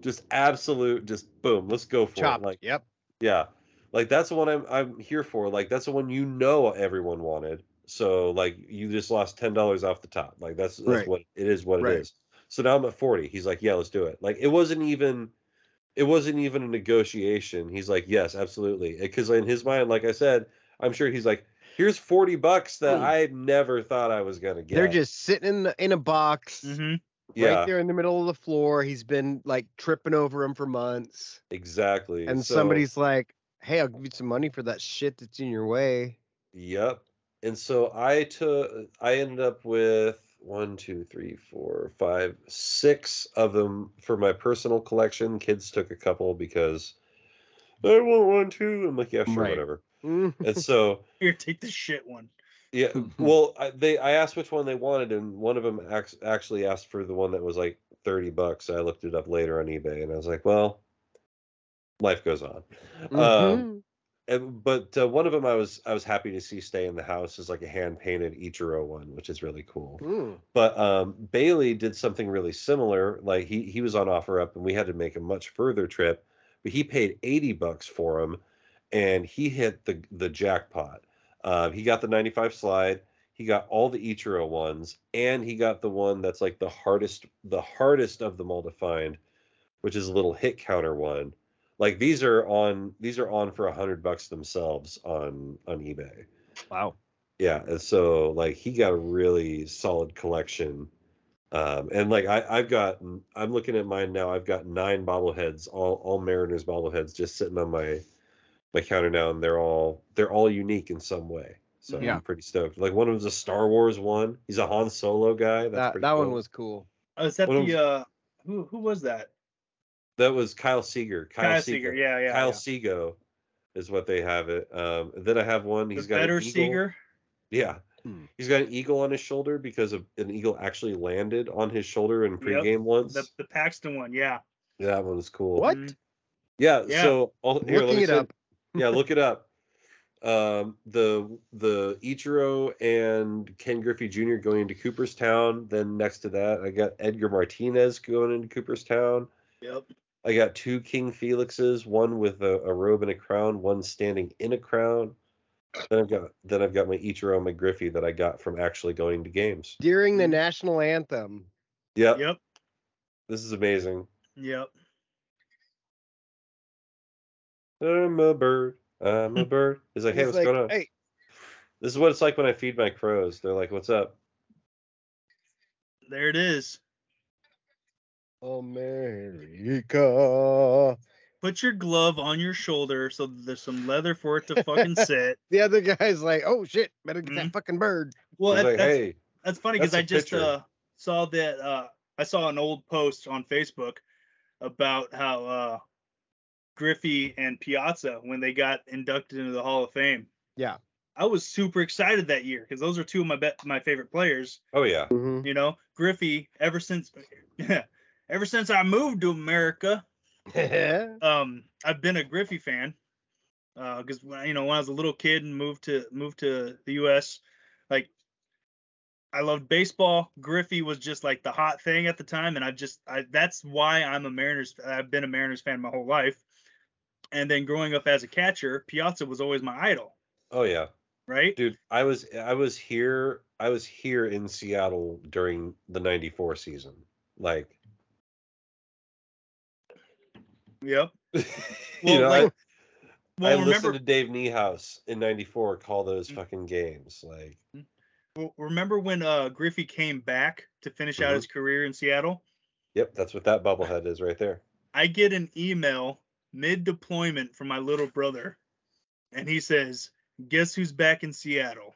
Just absolute, just boom. Let's go for Chopped. it. Like, yep. yeah, like that's the one I'm I'm here for. Like that's the one you know everyone wanted. So like you just lost ten dollars off the top. Like that's that's Right. what it is. What Right. it is. So now I'm at forty. He's like, yeah, let's do it. Like it wasn't even, it wasn't even a negotiation. He's like, yes, absolutely. Because in his mind, like I said, I'm sure he's like, here's forty bucks that Hmm. I never thought I was gonna get. They're just sitting in, the, in a box hmm yeah, right there in the middle of the floor. He's been like tripping over them for months. exactly. And So- somebody's like, hey, I'll give you some money for that shit that's in your way. Yep. And so I took I ended up with one, two, three, four, five, six of them for my personal collection. Kids took a couple because I want one too. I'm like, yeah, sure, Right. whatever. Mm. And so Here, take the shit one. yeah, well, I, they I asked which one they wanted, and one of them ac- actually asked for the one that was like thirty bucks. I looked it up later on eBay, and I was like, well, life goes on. Um, Mhm. and- but uh, one of them I was I was happy to see stay in the house is like a hand painted Ichiro one, which is really cool. Mm. But um, Bailey did something really similar. Like he he was on offer up, and we had to make a much further trip, but he paid eighty bucks for him, and he hit the the jackpot. Uh, he got the ninety five slide. He got all the Ichiro ones, and he got the one that's like the hardest the hardest of them all to find, which is a little hit counter one. Like these are on these are on for a hundred bucks themselves on on eBay. Wow. Yeah, and so like he got a really solid collection. Um, and like I, I've got, I'm looking at mine now. I've got nine bobbleheads, all all Mariners bobbleheads, just sitting on my my counter now, and they're all they're all unique in some way. So Yeah. I'm pretty stoked. Like one of them's a Star Wars one. He's a Han Solo guy. That's That, pretty that one cool. was cool. Oh, is that What was- the uh who who was that? that was Kyle Seeger. Kyle, Kyle Seeger. Seeger. Yeah, yeah. Kyle yeah. Seego is what they have it. Um, then I have one. He's the got an better eagle. Seeger. Yeah. Hmm. He's got an eagle on his shoulder because of, an eagle actually landed on his shoulder in pregame once. The the Paxton one. Yeah. That one was cool. What? Mhm. Yeah. Yeah. So all, here, let Looking me it send- up. yeah, look it up. Um, the the Ichiro and Ken Griffey Jr. going into Cooperstown. Then next to that, I got Edgar Martinez going into Cooperstown. Yep. I got two King Felixes, one with a, a robe and a crown, one standing in a crown. Then I've got then I've got my Ichiro and my Griffey that I got from actually going to games. During Mm. the national anthem. Yeah, Yep. this is amazing. Yep. I'm a bird. I'm Hmm. a bird. He's like, hey, He's what's like, going on? Hey, This is what it's like when I feed my crows. They're like, what's up? There it is. America. Put your glove on your shoulder so that there's some leather for it to fucking sit. The other guy's like, oh shit, better get Mm. that fucking bird. Well, He's that- like, that's, hey, that's funny because I that's a just picture. uh, saw that uh, I saw an old post on Facebook about how uh, Griffey and Piazza when they got inducted into the Hall of Fame. Yeah. I was super excited that year because those are two of my be- my favorite players. oh yeah, Mhm. You know, Griffey. Ever since, ever since I moved to America, um, I've been a Griffey fan because when you know when I was a little kid and moved to moved to the U.S., like I loved baseball. Griffey was just like the hot thing at the time, and I just I that's why I'm a Mariners. I've been a Mariners fan my whole life, and then growing up as a catcher, Piazza was always my idol, oh yeah, right? dude. I was I was here I was here in Seattle during the '94 season. Like, Yep. you Well, know, I- like, Well, I remember Mm. listened to Dave Niehaus in '94 call those fucking games. Like, well, remember when uh, Griffey came back to finish out Mhm. his career in Seattle. yep, that's what that bobblehead is right there. I get an email mid deployment from my little brother, and he says, "Guess who's back in Seattle?"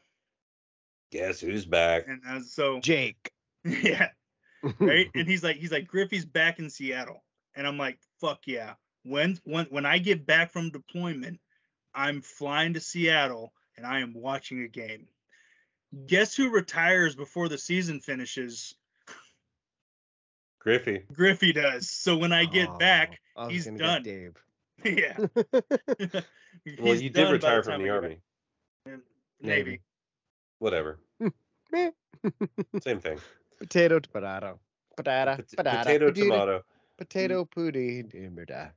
Guess who's back? And I was, so, Jake. yeah, hmm. right. and he's like, he's like, Griffey's back in Seattle, and I'm like, fuck yeah. When when when I get back from deployment, I'm flying to Seattle and I am watching a game. Guess who retires before the season finishes? Griffey. Griffey does. So when I get Oh, back, I was he's gonna done. Get Dave. yeah. Well, He's you did done by retire time from I the get army. back. Navy. Navy. Whatever. Meh. Same thing. Potato, potato, Pot- potato, potato, potato, potato, tomato. Mm. potato, poutine,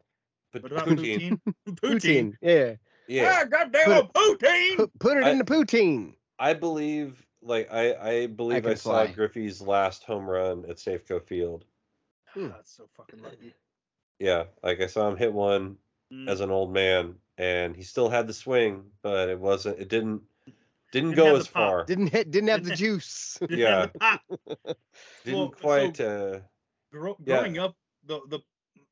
But What about poutine. poutine? poutine. Yeah, Yeah, Ah, goddamn it, poutine! Put, put it I- in the poutine. I believe. Like I, I believe I, can saw fly. Griffey's last home run at Safeco Field. Hmm. Oh, That's so fucking lucky. Yeah, like I saw him hit one Mm. as an old man, and he still had the swing, but it wasn't. It didn't didn't, Didn't go have the as pop. far. Didn't hit, didn't have the juice. Didn't have yeah. the pop. Didn't Well, so- quite. uh, Grow- Yeah. growing up, the the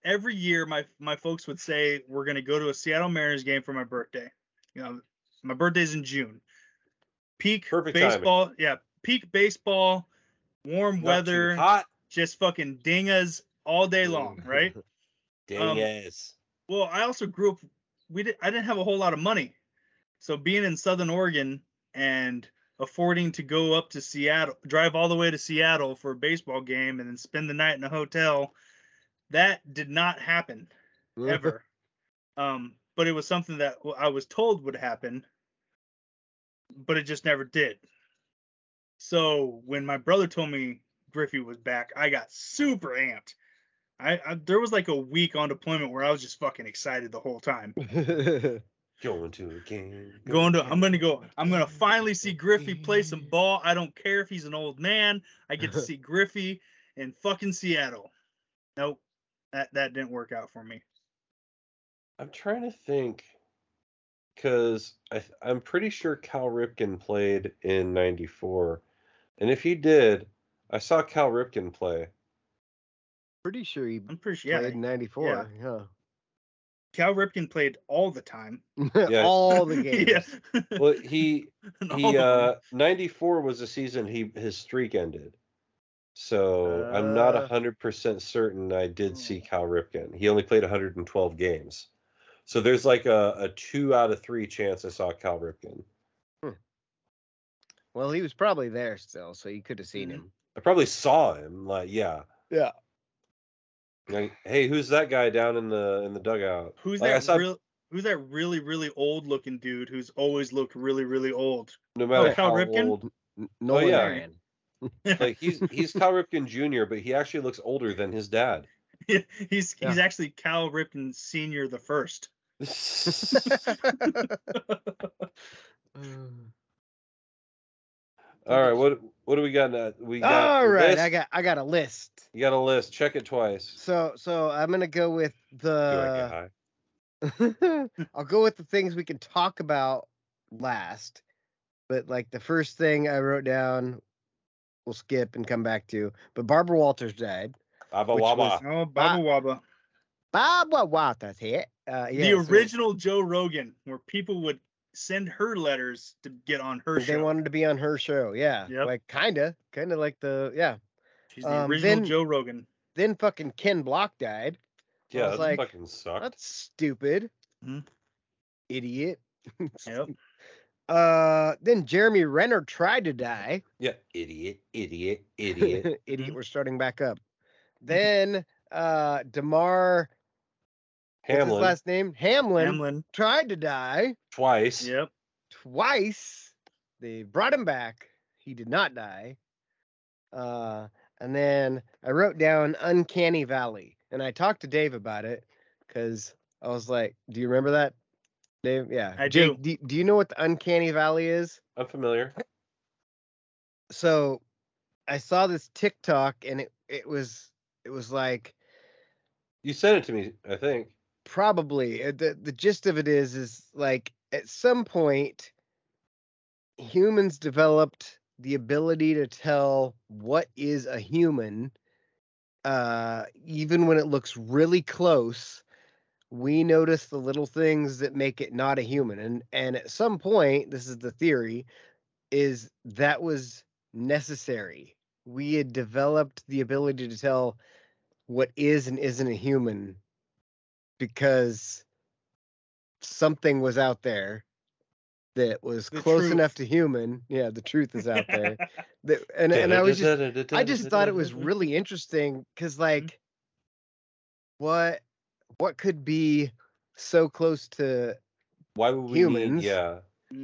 every year my my folks would say we're gonna go to a Seattle Mariners game for my birthday. You know, my birthday's in June. Peak Perfect timing. baseball, yeah, peak baseball, warm not too weather, hot. just fucking dingas all day long, right? Dang Um, yes. Well, I also grew up. We did. I didn't have a whole lot of money, so being in Southern Oregon and affording to go up to Seattle, drive all the way to Seattle for a baseball game, and then spend the night in a hotel, that did not happen ever. um, but it was something that w- I was told would happen, but it just never did. So when my brother told me Griffey was back, I got super amped. I, I there was like a week on deployment where I was just fucking excited the whole time. Going to a game. Going to I'm gonna go I'm gonna finally see Griffey play some ball. I don't care if he's an old man. I get to see Griffey in fucking Seattle. Nope. That that didn't work out for me. I'm trying to think, because I'm pretty sure Cal Ripken played in '94, and if he did, I saw Cal Ripken play. Pretty sure he I'm pretty sure yeah. played in '94. Yeah. Cal Ripken played all the time. Yeah. All the games. yeah. Well, he And all he the- uh, '94 was the season he his streak ended. So I'm not Uh. 100% certain I did see Oh. Cal Ripken. He only played 112 games. So there's like a, a two out of three chance I saw Cal Ripken. Well, he was probably there still, so you could have seen Mhm. him. I probably saw him. Like, yeah, Yeah. like, hey, who's that guy down in the in the dugout? who's like, I that saw- real who's that really, really old looking dude who's always looked really, really old? Oh, No matter Cal how Ripken? old, Nolan yeah. Ryan. like he's he's Cal Ripken Jr., but he actually looks older than his dad. he's he's actually Cal Ripken Senior the first. All right, what what do we got? Now? We got All right, list. I got I got a list. you got a list. Check it twice. So so I'm gonna go with Do I get high? the I'll go with the things we can talk about last. But like the first thing I wrote down we'll skip and come back to. But Barbara Walters died. Baba Which Waba. was- Oh, Baba Waba. Barbara Walters hit. Uh, yeah, the so original Joe Rogan, where people would send her letters to get on her They show. wanted to be on her show. Yeah. Yep. Like kinda, kinda like the yeah. She's the um, original then- Joe Rogan. Then fucking Ken Block died. Yeah, was that like, fucking sucked. That's stupid. Mhm. Idiot. Yep. Uh, then Jeremy Renner tried to die. Yeah, idiot, idiot, idiot. Idiot. Mm-hmm. We're starting back up. Then uh, Demar. what's Hamlin His last name Hamlin, Hamlin. tried to die twice. Yep. twice. They brought him back. He did not die. Uh, and then I wrote down Uncanny Valley, and I talked to Dave about it because I was like, "Do you remember that, Dave? Yeah, I Jake, do. do you know what the Uncanny Valley is? I'm familiar. so I saw this TikTok and it it was it was like You sent it to me, I think. probably uh, the the gist of it is is like at some point humans developed the ability to tell what is a human uh even when it looks really close we notice the little things that make it not a human and and at some point this is the theory is that was necessary we had developed the ability to tell what is and isn't a human because something was out there that was The close truth. enough to human yeah the truth is out there that, and, and i was just I just thought it was really interesting Mm-hmm. because like what what could be so close to Why would we humans. Need, yeah.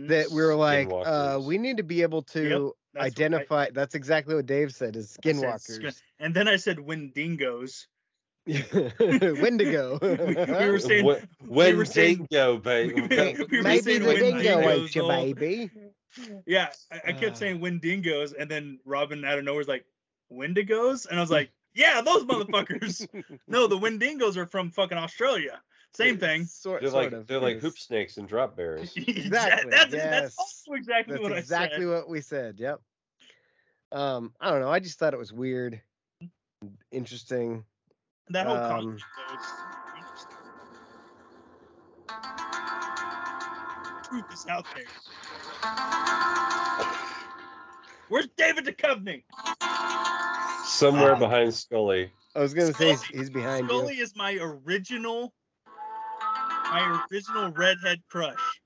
that we were like uh Skinwalkers. we need to be able to That's what I- identify that's exactly what Dave said is I said skin- skinwalkers. and then I said Wendigos. Wendigo. We- we were saying- Wh- we when were saying- dingo, we baby. were Maybe saying the dingo Wendigos ate your the whole- baby. Yeah, I, I kept Ah. saying Wendigos, and then Robin out of nowhere's like Wendigos, and I was Hmm. like, yeah, those motherfuckers. no, the Wendigos are from fucking Australia. Same thing. Sort, They're sort like of, they're like yes. hoop snakes and drop berries. Exactly, that's, yes. that's also exactly That's what I exactly said. what we said. Yep. Um, I don't know. I just thought it was weird, interesting. That whole um, concept though, it's interesting. Truth is out there. Where's David Duchovny? Somewhere Uh, behind Scully. I was gonna say he's, Scully- he's behind Scully you. is my original, my original redhead crush.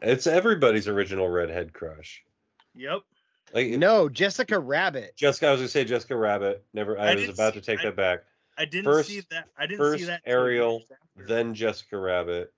It's everybody's original redhead crush. Yep. Like no. No, Jessica Rabbit. Jessica, I was gonna say Jessica Rabbit. Never, I, I was didn't about see- to take I- that back. I didn't First- see that. I didn't first see that. till Ariel, years after. Then Jessica Rabbit.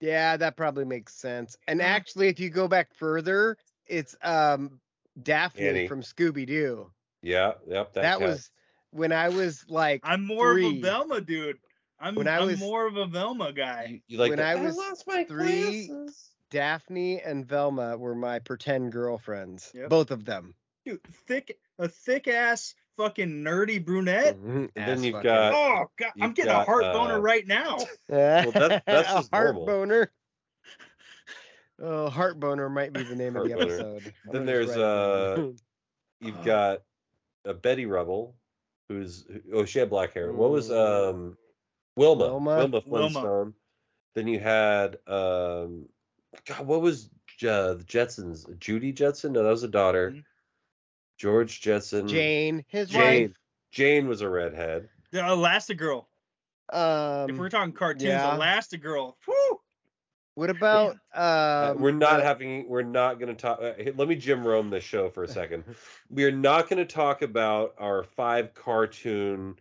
Yeah, that probably makes sense. And Mhm. Uh-huh. actually, if you go back further, it's um Daphne Annie. from Scooby Doo. Yeah, yep. That, That counts. was when I was like I'm more of three. a Velma dude. I'm, When I I'm was- more of a Velma guy. You, you like when the- I was lost my three- glasses. Daphne and Velma were my pretend girlfriends. Yep. Both of them. Dude, thick a thick ass fucking nerdy brunette. Mhm, Mm-hmm. And then ass you've fucker. got- Oh god, I'm you've getting a got, heart uh, boner right now. well, that- that's just a heart normal. boner. Oh, heart boner might be the name of the Heart boner. episode. I'm Then gonna just there's, write it down. You've Oh. got a Betty Rubble, who's who- oh she had black hair. What was Mm. um Wilma? Wilma? Wilma, Wilma. Flintstone. Then you had um God, what was uh, the Jetsons? Judy Jetson? No, that was a daughter. Mhm. George Jetson. Jane, his Mm-hmm. uh, Jane. wife. Jane was a redhead. The Elastigirl. Um, if we're talking cartoons, yeah. Elastigirl. Whew! what about Uh, um, we're not the- having. We're not going to talk. Uh, hey, let me Jim Rome this show for a second. we are not going to talk about our five cartoon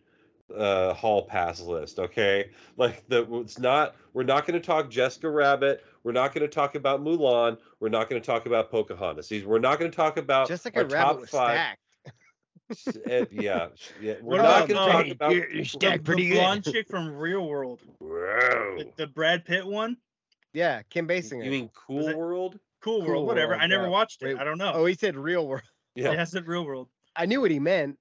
uh hall pass list okay like the it's not we're not going to talk jessica rabbit we're not going to talk about mulan we're not going to talk about pocahontas these we're not going to talk about Jessica our Rabbit top was five stacked. Eh, yeah, sh- yeah we're What not going about, to uh, talk about You're, you're The, stacked the pretty blonde good. chick from Real World. Whoa. The, the Brad Pitt one. Yeah, Kim Basinger. you mean cool Was it- world Cool World, Cool whatever. World, I never yeah. watched it. Wait, I don't know. oh, he said real world. yeah, Yes, it's Real World. I knew what he meant.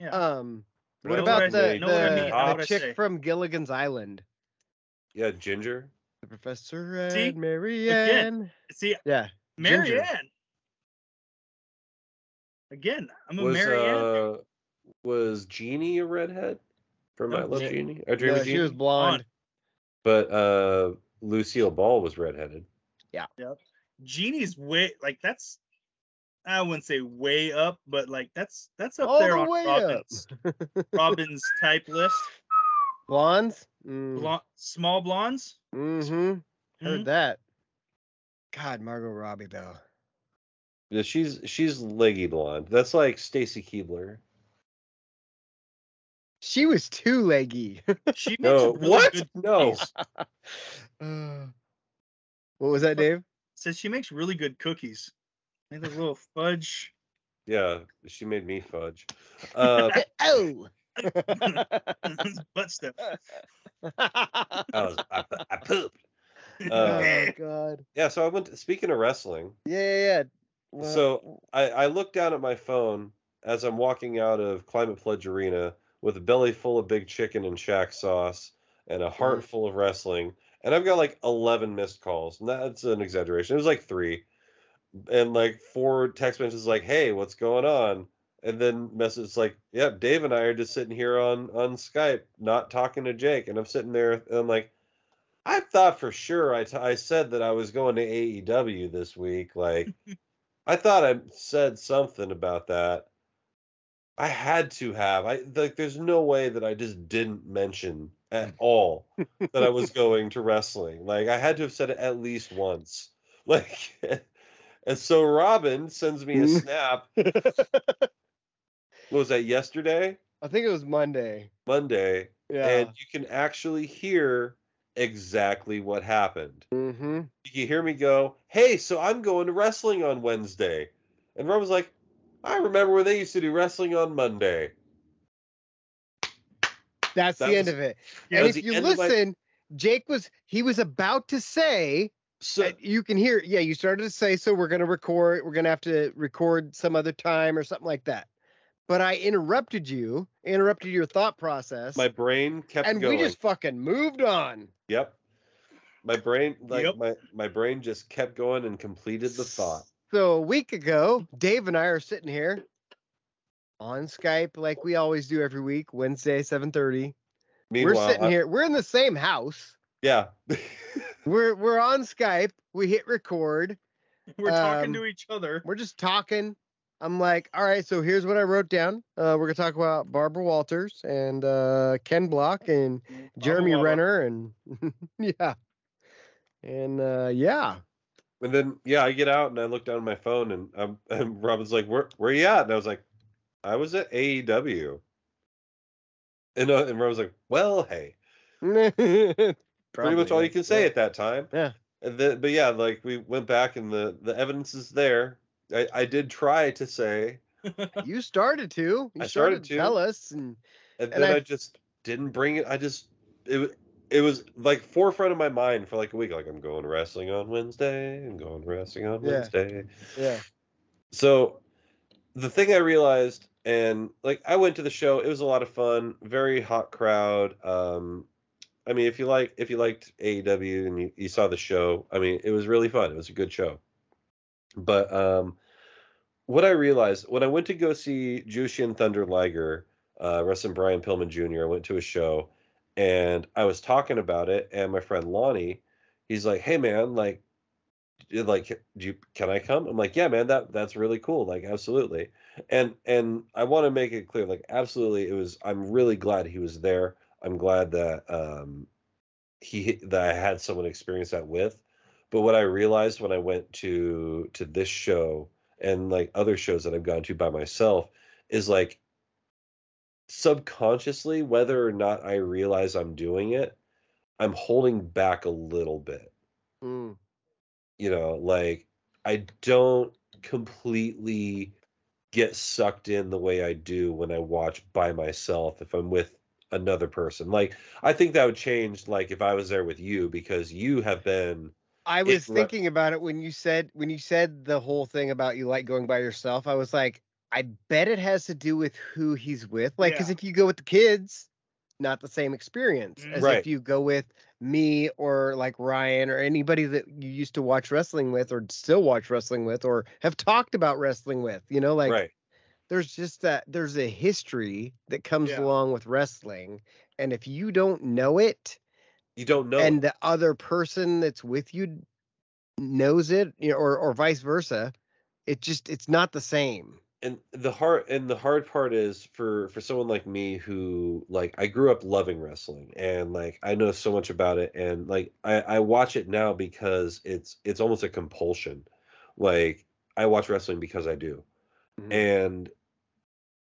Yeah. Um, Know what what I about the say, the, know what I mean, know the what I chick say. from Gilligan's Island? yeah ginger The professor See? and Marianne. See, Yeah. Ginger. Marianne. Again, I'm a was Marianne. uh, was Jeannie a redhead? From No, I Love Je- Jeannie. I Dream No, of she Jeannie. was blonde. But uh, Lucille Ball was redheaded. Jeannie's way like that's I wouldn't say way up, but like that's that's up All there the on way up. Robin's Robin's type list. Blondes? Mm. Blon small blondes. Mm-hmm. Mhm. Heard that. God, Margot Robbie though. Yeah, she's she's leggy blonde. That's like Stacy Keebler. She was too leggy. She makes No, a really what? good No, cookies. Uh, what was that, Dave? Says she makes really good cookies. Like those little fudge. yeah, she made me fudge. Uh, oh. butt stuff. I, was, I, I pooped. Uh, oh God. yeah, so I went. To, speaking of wrestling, Yeah, yeah. yeah. Well, So I, I look down at my phone as I'm walking out of Climate Pledge Arena with a belly full of big chicken and shack sauce and a heart full of wrestling. And I've got like 11 missed calls. And that's an exaggeration. It was like three. And like four text messages like, hey, what's going on? And then messages like, yep, Dave and I are just sitting here on, on Skype, not talking to Jake. And I'm sitting there and I'm like, I thought for sure I, t- I said that I was going to AEW this week. Like, I thought I said something about that. I had to have. I like. There's no way that I just didn't mention at all that I was going to wrestling. Like I had to have said it at least once. Like, and so Robin sends me a Mm. snap. What was that yesterday? I think it was Monday. Monday, Yeah. and you can actually hear exactly what happened mm-hmm. you hear me go, "Hey, so I'm going to wrestling on Wednesday," and Rob was like, "I remember when they used to do wrestling on Monday." That's That the end was- of it. yeah, that and was if the you end of my- listen, Jake was he was about to say So and you can hear yeah, you started to say so we're going to record we're going to have to record some other time or something like that. But I interrupted you, interrupted your thought process. my brain kept and going. we just fucking moved on. Yep. My brain, like Yep. my my brain, just kept going and completed the thought. So a week ago, Dave and I are sitting here on Skype like we always do every week, Wednesday, 7:30. We're Meanwhile, sitting I- here, we're in the same house. yeah, We're we're on Skype. We hit record. We're talking Um, to each other. We're just talking. I'm like, all right, so here's what I wrote down. Uh, we're gonna talk about Barbara Walters and uh, Ken Block and Jeremy Blah, blah, blah. Renner and yeah, and uh, yeah. and then yeah, I get out and I look down at my phone and I'm and Robin's like, "Where where you at?" And I was like, "I was at AEW." And uh, and Robin's like, "Well, hey." pretty much all you can say at that time. Yeah. And then, but yeah, like we went back and the the evidence is there. I, I did try to say, You started to. You I started to. to tell us and and And then I, I- just didn't bring it. I just it wa- it was like forefront of my mind for like a week. Like I'm going wrestling on Wednesday. I'm going wrestling on Yeah. Wednesday. yeah. So the thing I realized, and like I went to the show, it was a lot of fun, very hot crowd. Um, I mean, if you like, if you liked AEW and you, you saw the show, I mean, it was really fun. It was a good show. But um, what I realized when I went to go see Jushin Thunder Liger, uh, Russ and Brian Pillman Jr., I went to a show, and I was talking about it, and my friend Lonnie, he's like, "Hey man, like you're like do you can i come i'm like yeah man that that's really cool like absolutely and and i want to make it clear like absolutely it was i'm really glad he was there i'm glad that um he that i had someone experience that with but what i realized when i went to to this show and like other shows that i've gone to by myself is like subconsciously whether or not i realize i'm doing it i'm holding back a little bit Mm. you know, like I don't completely get sucked in the way I do when I watch by myself if I'm with another person. Like I think that would change like if I was there with you because you have been I was re- thinking about it when you said when you said the whole thing about you like going by yourself. I was like, I bet it has to do with who he's with. Like, because Yeah. if you go with the kids, not the same experience as Right. if you go with me or like Ryan or anybody that you used to watch wrestling with or still watch wrestling with or have talked about wrestling with. You know, like right. there's just that there's a history that comes Yeah. along with wrestling, and if you don't know it, You don't know. and the other person that's with you knows it, you know, or or vice versa, it just it's not the same. and the hard and the hard part is for for someone like me who like I grew up loving wrestling and like I know so much about it and like I I watch it now because it's it's almost a compulsion. Like I watch wrestling because I do. Mhm. And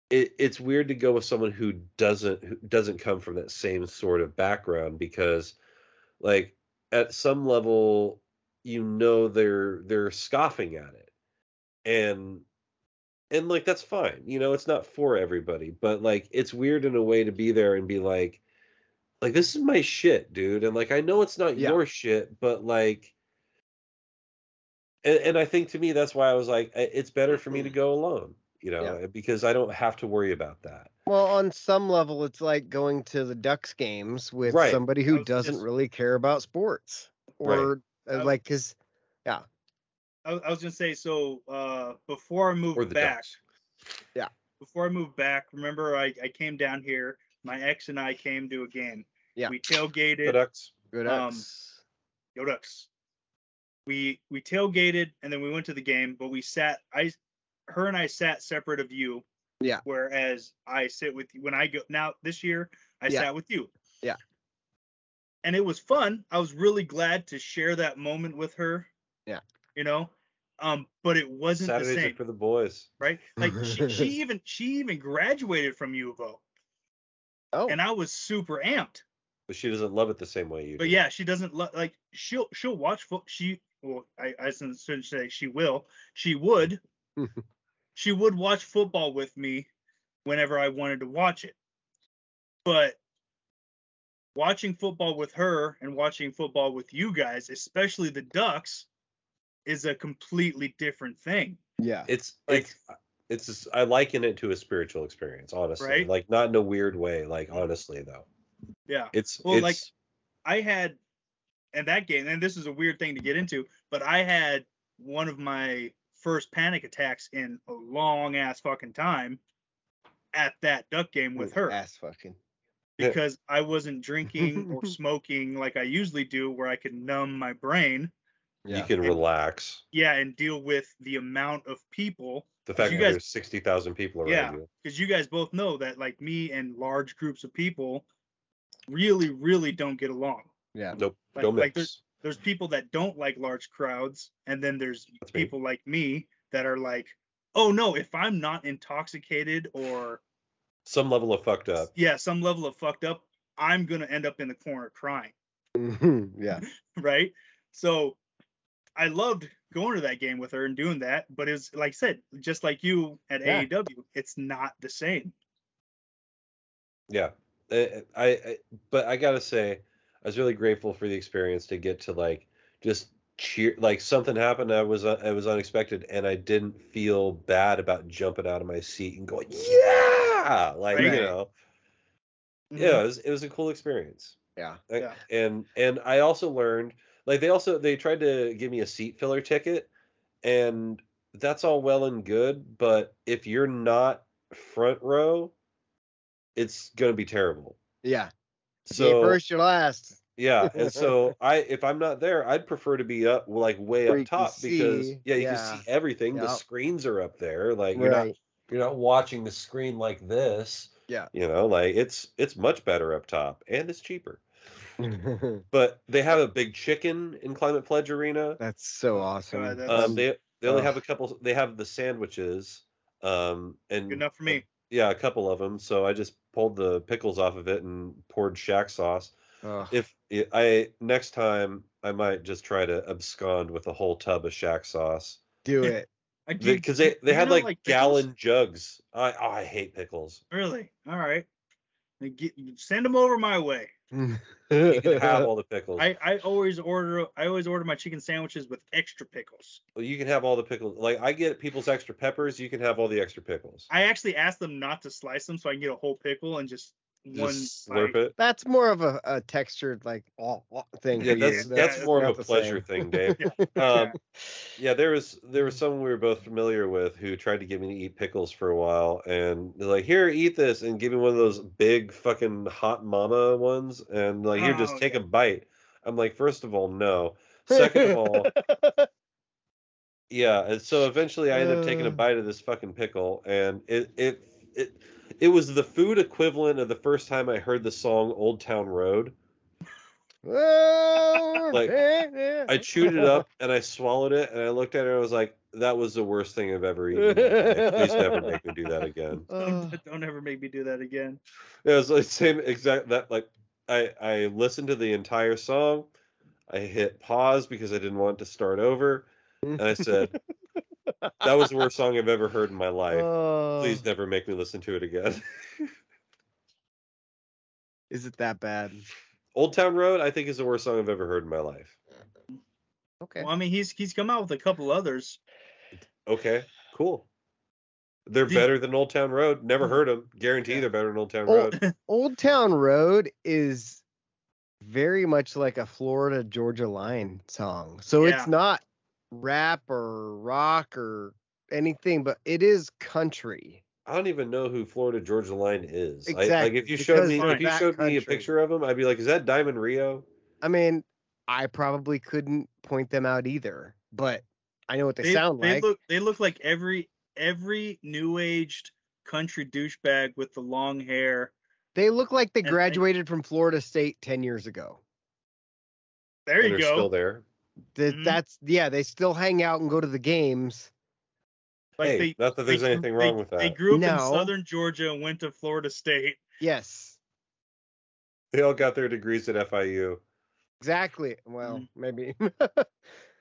it it's weird to go with someone who doesn't who doesn't come from that same sort of background because like at some level you know they're they're scoffing at it. And and like that's fine you know it's not for everybody but like it's weird in a way to be there and be like like this is my shit dude and like i know it's not Yeah. your shit but like and, and i think to me that's why i was like I- it's better for Mm-hmm. me to go alone you know eh, because i don't have to worry about that Well, on some level, it's like going to the Ducks games with Right. somebody I who was doesn't just- really care about sports, Right. or uh, I- like because I, I was gonna say so uh before I Or moved the back. ducks. Yeah. Before I moved back, remember I, I came down here, my ex and I came to a game. Yeah. We the tailgated ducks good Um, Ducks. Yo Ducks. We we tailgated and then we went to the game, but we sat I her and I sat separate of you. Yeah. Whereas I sit with you when I go now this year I Yeah. sat with you. Yeah. And it was fun. I was really glad to share that moment with her. Yeah. You know? Um, but it wasn't saturdays the are same, for the boys right? Like she, she even she even graduated from U of O oh, and I was super amped. but she doesn't love it the same way you But do yeah, she doesn't lo- like she'll she'll watch foot. She well, I I shouldn't shouldn't say she will. She would. she would watch football with me whenever I wanted to watch it. But watching football with her and watching football with you guys, especially the Ducks, is a completely different thing. yeah, it's Like- it's it's just, i liken it to a spiritual experience honestly Right? like not in a weird way like honestly though Yeah. it's Well, it's like- I had and that game, and this is a weird thing to get into, but I had one of my first panic attacks in a long ass fucking time at that duck game with Ooh, her ass fucking. because I wasn't drinking or smoking like I usually do, where I can numb my brain, you Yeah, can relax yeah, and deal with the amount of people the fact you that guys- there's 60,000 people around Yeah. you because you guys both know that like me and large groups of people really, really don't get along. yeah. nope Like- don't like mix There's people that don't like large crowds, and then there's That's me. people like me that are like, oh no, if I'm not intoxicated or some level of fucked up yeah, some level of fucked up, I'm gonna end up in the corner crying, Mhm, yeah, right? So I loved going to that game with her and doing that, but it's like I said, just like you at Yeah. AEW, it's not the same. yeah I, I I- but i gotta say i was really grateful for the experience to get to like just cheer like something happened i was it was unexpected and i didn't feel bad about jumping out of my seat and going yeah like you Right. know yeah it was, it was a cool experience Mm-hmm. yeah. I- Yeah. and and i also learned like they also they tried to give me a seat filler ticket and that's all well and good but if you're not front row it's going to be terrible Yeah. so you first, you last. yeah and so i if i'm not there i'd prefer to be up like way Where up you can top because see, yeah you yeah. can see everything the Yup. screens are up there like you're not Right. you're not watching the screen like this Yeah. you know like it's it's much better up top and it's cheaper but they have a big chicken in Climate Pledge Arena. That's so awesome. God, that's- Um, they they only Ugh. have a couple. They have the sandwiches, um, and Good enough for me. yeah, a couple of them. So I just pulled the pickles off of it and poured shack sauce. Ugh. If I next time, I might just try to abscond with a whole tub of shack sauce do it. I do- because they do they you had not like, pickles? gallon jugs. I oh, I hate pickles. Really? All right. Then Get, send them over my way. You can have all the pickles. I, I always order I always order my chicken sandwiches with extra pickles. Well, you can have all the pickles. Like I get people's extra peppers. You can have all the extra pickles. I actually ask them not to slice them so I can get a whole pickle and just one Just like, slurp it. That's more of a, a textured like oh, oh, thing. Yeah, for that's you. that's that's more not of a the pleasure thing, same. Dave. Um, yeah, there was there was someone we were both familiar with who tried to get me to eat pickles for a while, and they're like, "Here, eat this," and give me one of those big fucking hot mama ones, and like, "Here, just Oh, take a bite." I'm like, first of all, no. Second of all, yeah, and so eventually I ended up taking a Uh. bite of this fucking pickle, and it it it it was the food equivalent of the first time I heard the song "Old Town Road." Oh, Like, eh, eh. I chewed it up and I swallowed it, and I looked at her and I was like, "That was the worst thing I've ever eaten. in my life. Please never make me do that again." Uh, Don't, don't ever make me do that again. It was like same exact that like I I listened to the entire song. I hit pause because I didn't want to start over, and I said, "That was the worst song I've ever heard in my life." oh. Please never make me listen to it again. Is it that bad? Old Town Road, I think, is the worst song I've ever heard in my life. Okay. Well, I mean, he's he's come out with a couple others. Okay, cool. They're Did- better than Old Town Road. Never heard them. Guarantee Yeah. they're better than Old Town Oh. Road. Old Town Road is very much like a Florida Georgia Line song. So Yeah. it's not rap or rock or anything, but it is country. I don't even know who Florida Georgia Line is. I, like Exactly, if you showed me because if you that showed me a country. picture of them, I'd be like, is that Diamond Rio? I mean, I probably couldn't point them out either, but I know what they, sound they like. look they look like every every new aged country douchebag with the long hair. they look like they and they- graduated from Florida State 10 years ago. There and you they're still go. there. Th- Mm-hmm. Mhm. That's yeah, they still hang out and go to the games. Like hey, they, not that there's they- anything they- wrong with that. They grew up in No. southern Georgia and went to Florida State. Yes. they all got their degrees at FIU. Exactly. Well, Mhm. Mm-hmm. maybe.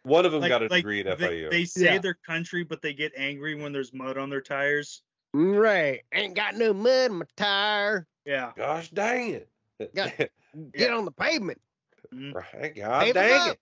One of them Like, got a like degree they, at FIU. they say Yeah. they're country, but they get angry when there's mud on their tires. right. Ain't got no mud in my tire. Yeah. Gosh dang it! Yeah. Get on the pavement. Right, God Pave 'em dang up.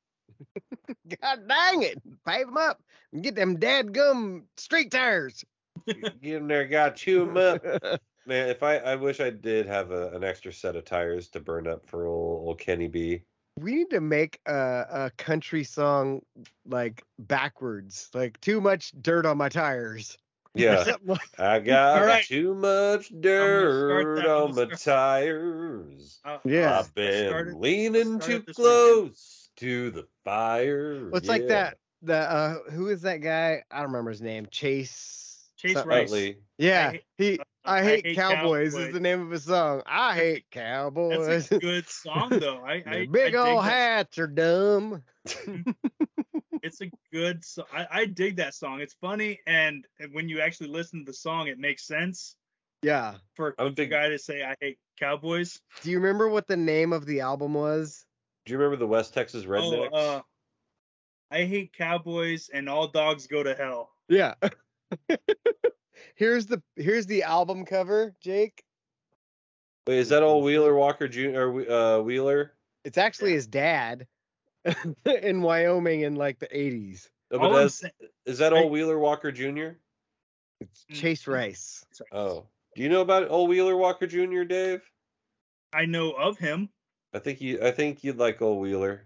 it! God dang it. Pave them up. and Get them dad gum street tires. Get in there, God, chew them up. Man, if I I wish I did have a, an extra set of tires to burn up for old, old Kenny B. we need to make a, a country song like backwards, like too much dirt on my tires. Or Yeah, something like- I got All right. too much that. dirt I'm on gonna my start- tires. I'll- Yeah. I'll I've been start it- leaning let's start too it this close to the fire. Well, it's like that- the uh, who is that guy? I don't remember his name. Chase. Chase something- Rice. Rightly, Yeah, I hate- he. I I hate, hate cowboys, is cowboys. the name of his song. I hate That's cowboys. a good song though. I, I Their I big dig old that- hats are dumb. it's a good song. I, I dig that song. It's funny, and when you actually listen to the song, it makes sense Yeah. for I'm a a big- guy to say, "I hate cowboys." Do you remember what the name of the album was? Do you remember the West Texas Rednecks? Oh, uh, I hate cowboys, and all dogs go to hell. Yeah. here's the here's the album cover, Jake. Wait, is that old Wheeler Walker Jr. or uh, Wheeler? It's actually his dad in Wyoming in like the 80s. No, Oh, but All Oh, I'm that's, saying, is that old I- Wheeler Walker Jr.? It's Mm, Chase Rice. Oh, do you know about old Wheeler Walker Jr., Dave? I know of him I think you. I think you'd like old Wheeler.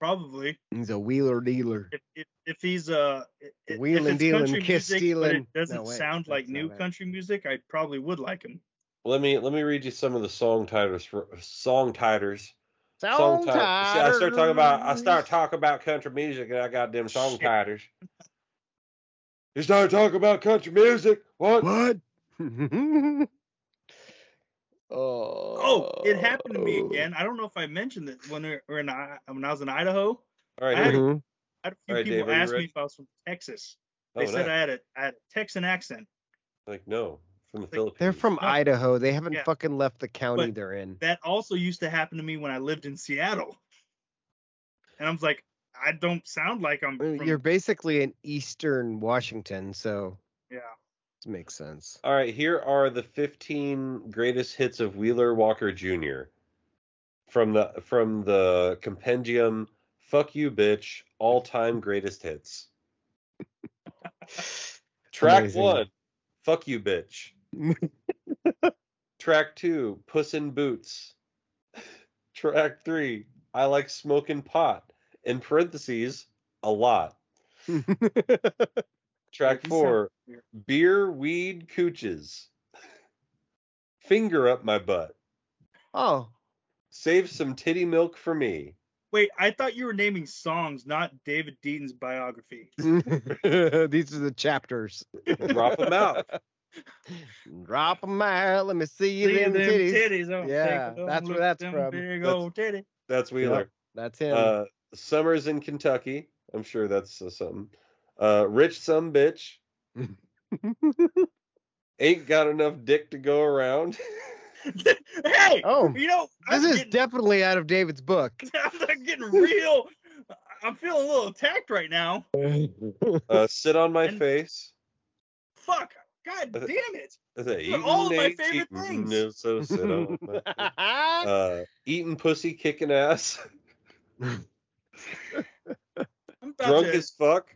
probably. He's a wheeler dealer. If if, if he's uh, i- i- if Wheeling, it's dealing, country kiss music, but stealing. it doesn't No, wait, sound like that's new not it. country music, I probably would like him. Let me let me read you some of the song titles for song titles. Song tit- See, I start talking about I titers. start talking about country music and I got them song Shit. titles. You start talking about country music. What? What? oh. Oh, Oh, it happened to me again. I don't know if I mentioned it when we were in I- when I was in Idaho. All right. I- Here we go. Mhm. I had a few All right, people Dave, are you ask me ready? if I was from Texas. Oh, They said nice. I had a I had a Texan accent. like no, from the Like, Philippines. They're from No. Idaho. They haven't Yeah. fucking left the county But- they're in. That also used to happen to me when I lived in Seattle. And I was like, I don't sound like I'm Well, from You're basically in eastern Washington, so yeah. it makes sense. All right, here are the 15 greatest hits of Wheeler Walker Jr. from the from the compendium "Fuck You, Bitch" all-time greatest hits. Track Amazing. one, "Fuck You, Bitch." Track two, Puss in Boots. Track three, I like smoking pot. In parentheses, a lot. Track four, beer, weed, cooches. Finger up my butt. oh, Save some titty milk for me. Wait, I thought you were naming songs, not David Deaton's biography. these are the chapters. Drop 'em out. Drop 'em out. Let me see you See in the them titties. titties, oh, Yeah, take a that's look where at that's them from. Big That's- old titty. That's Wheeler. That's him. Uh, Summers in Kentucky. I'm sure that's uh, something. Uh, rich some bitch. Ain't got enough dick to go around. hey, oh, you know, this I'm is getting, definitely out of David's book. I'm not getting real. I'm feeling a little attacked right now. Uh, sit on my And- face. Fuck. God Uh, damn it. I say, These are all "Eatin' of my ain't favorite cheatin', things." no, so sit on my face. Uh, eating pussy, kicking ass, I'm about drunk to as fuck.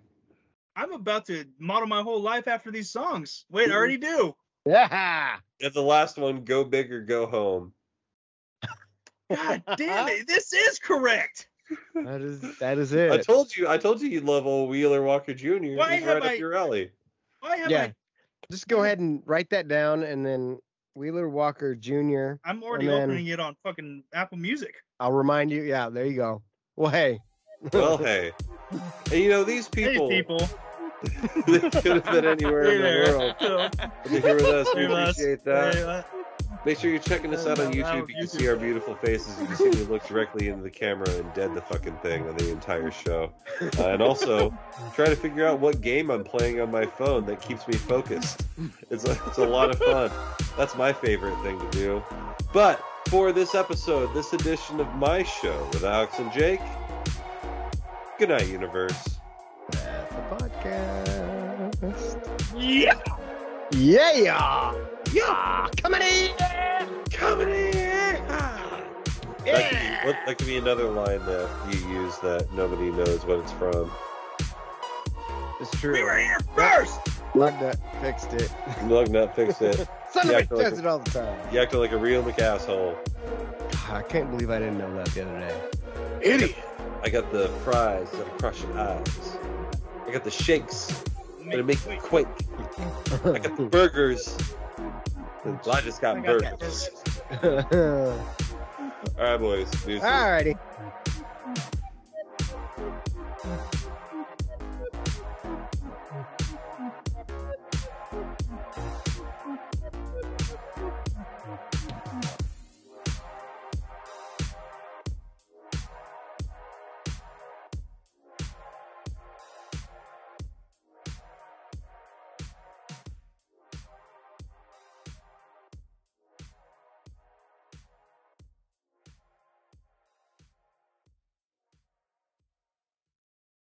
I'm about to model my whole life after these songs. Wait, I already do. yeah. And the last one, go big or go home. God damn it. This is correct. That is that is I it. told you, I told you you'd love old Wheeler Walker Jr. Why He's have right I- up your alley. Why have Yeah. I Just go ahead and write that down, and then Wheeler Walker Jr. I'm already And then- opening it on fucking Apple Music. I'll remind you. Yeah, there you go. Well, hey, Well, hey, and you know these people. Hey people. they could have been anywhere Hey in the there. world. Hello. But they're here with us. We Hey, Les. appreciate that. Hey, uh, Les. Make sure you're checking us out on YouTube. You can see our beautiful faces. You can see me look directly into the camera and dead the fucking thing on the entire show. Uh, and also, try to figure out what game I'm playing on my phone that keeps me focused. It's a, it's a lot of fun. That's my favorite thing to do. But for this episode, this edition of my show with Alex and Jake, good night, universe. that's a podcast. Yeah. Yeah, yeah, coming in. Ah. Coming in! That could, be, what, that could be another line that you use that nobody knows what it's from. It's We were true. here first. Lug nut fixed it. Lugnut fixed it. Son Yeah, I of a feel like does it all the time. You acted like a real McAsshole. I can't believe I didn't know that the other day. Idiot. I got the fries that'll crush your eyes. I got the shakes that'll make you quake. I got the burgers. Well, I just got I got burgers. Alrighty. All right, boys. Deuces. All righty.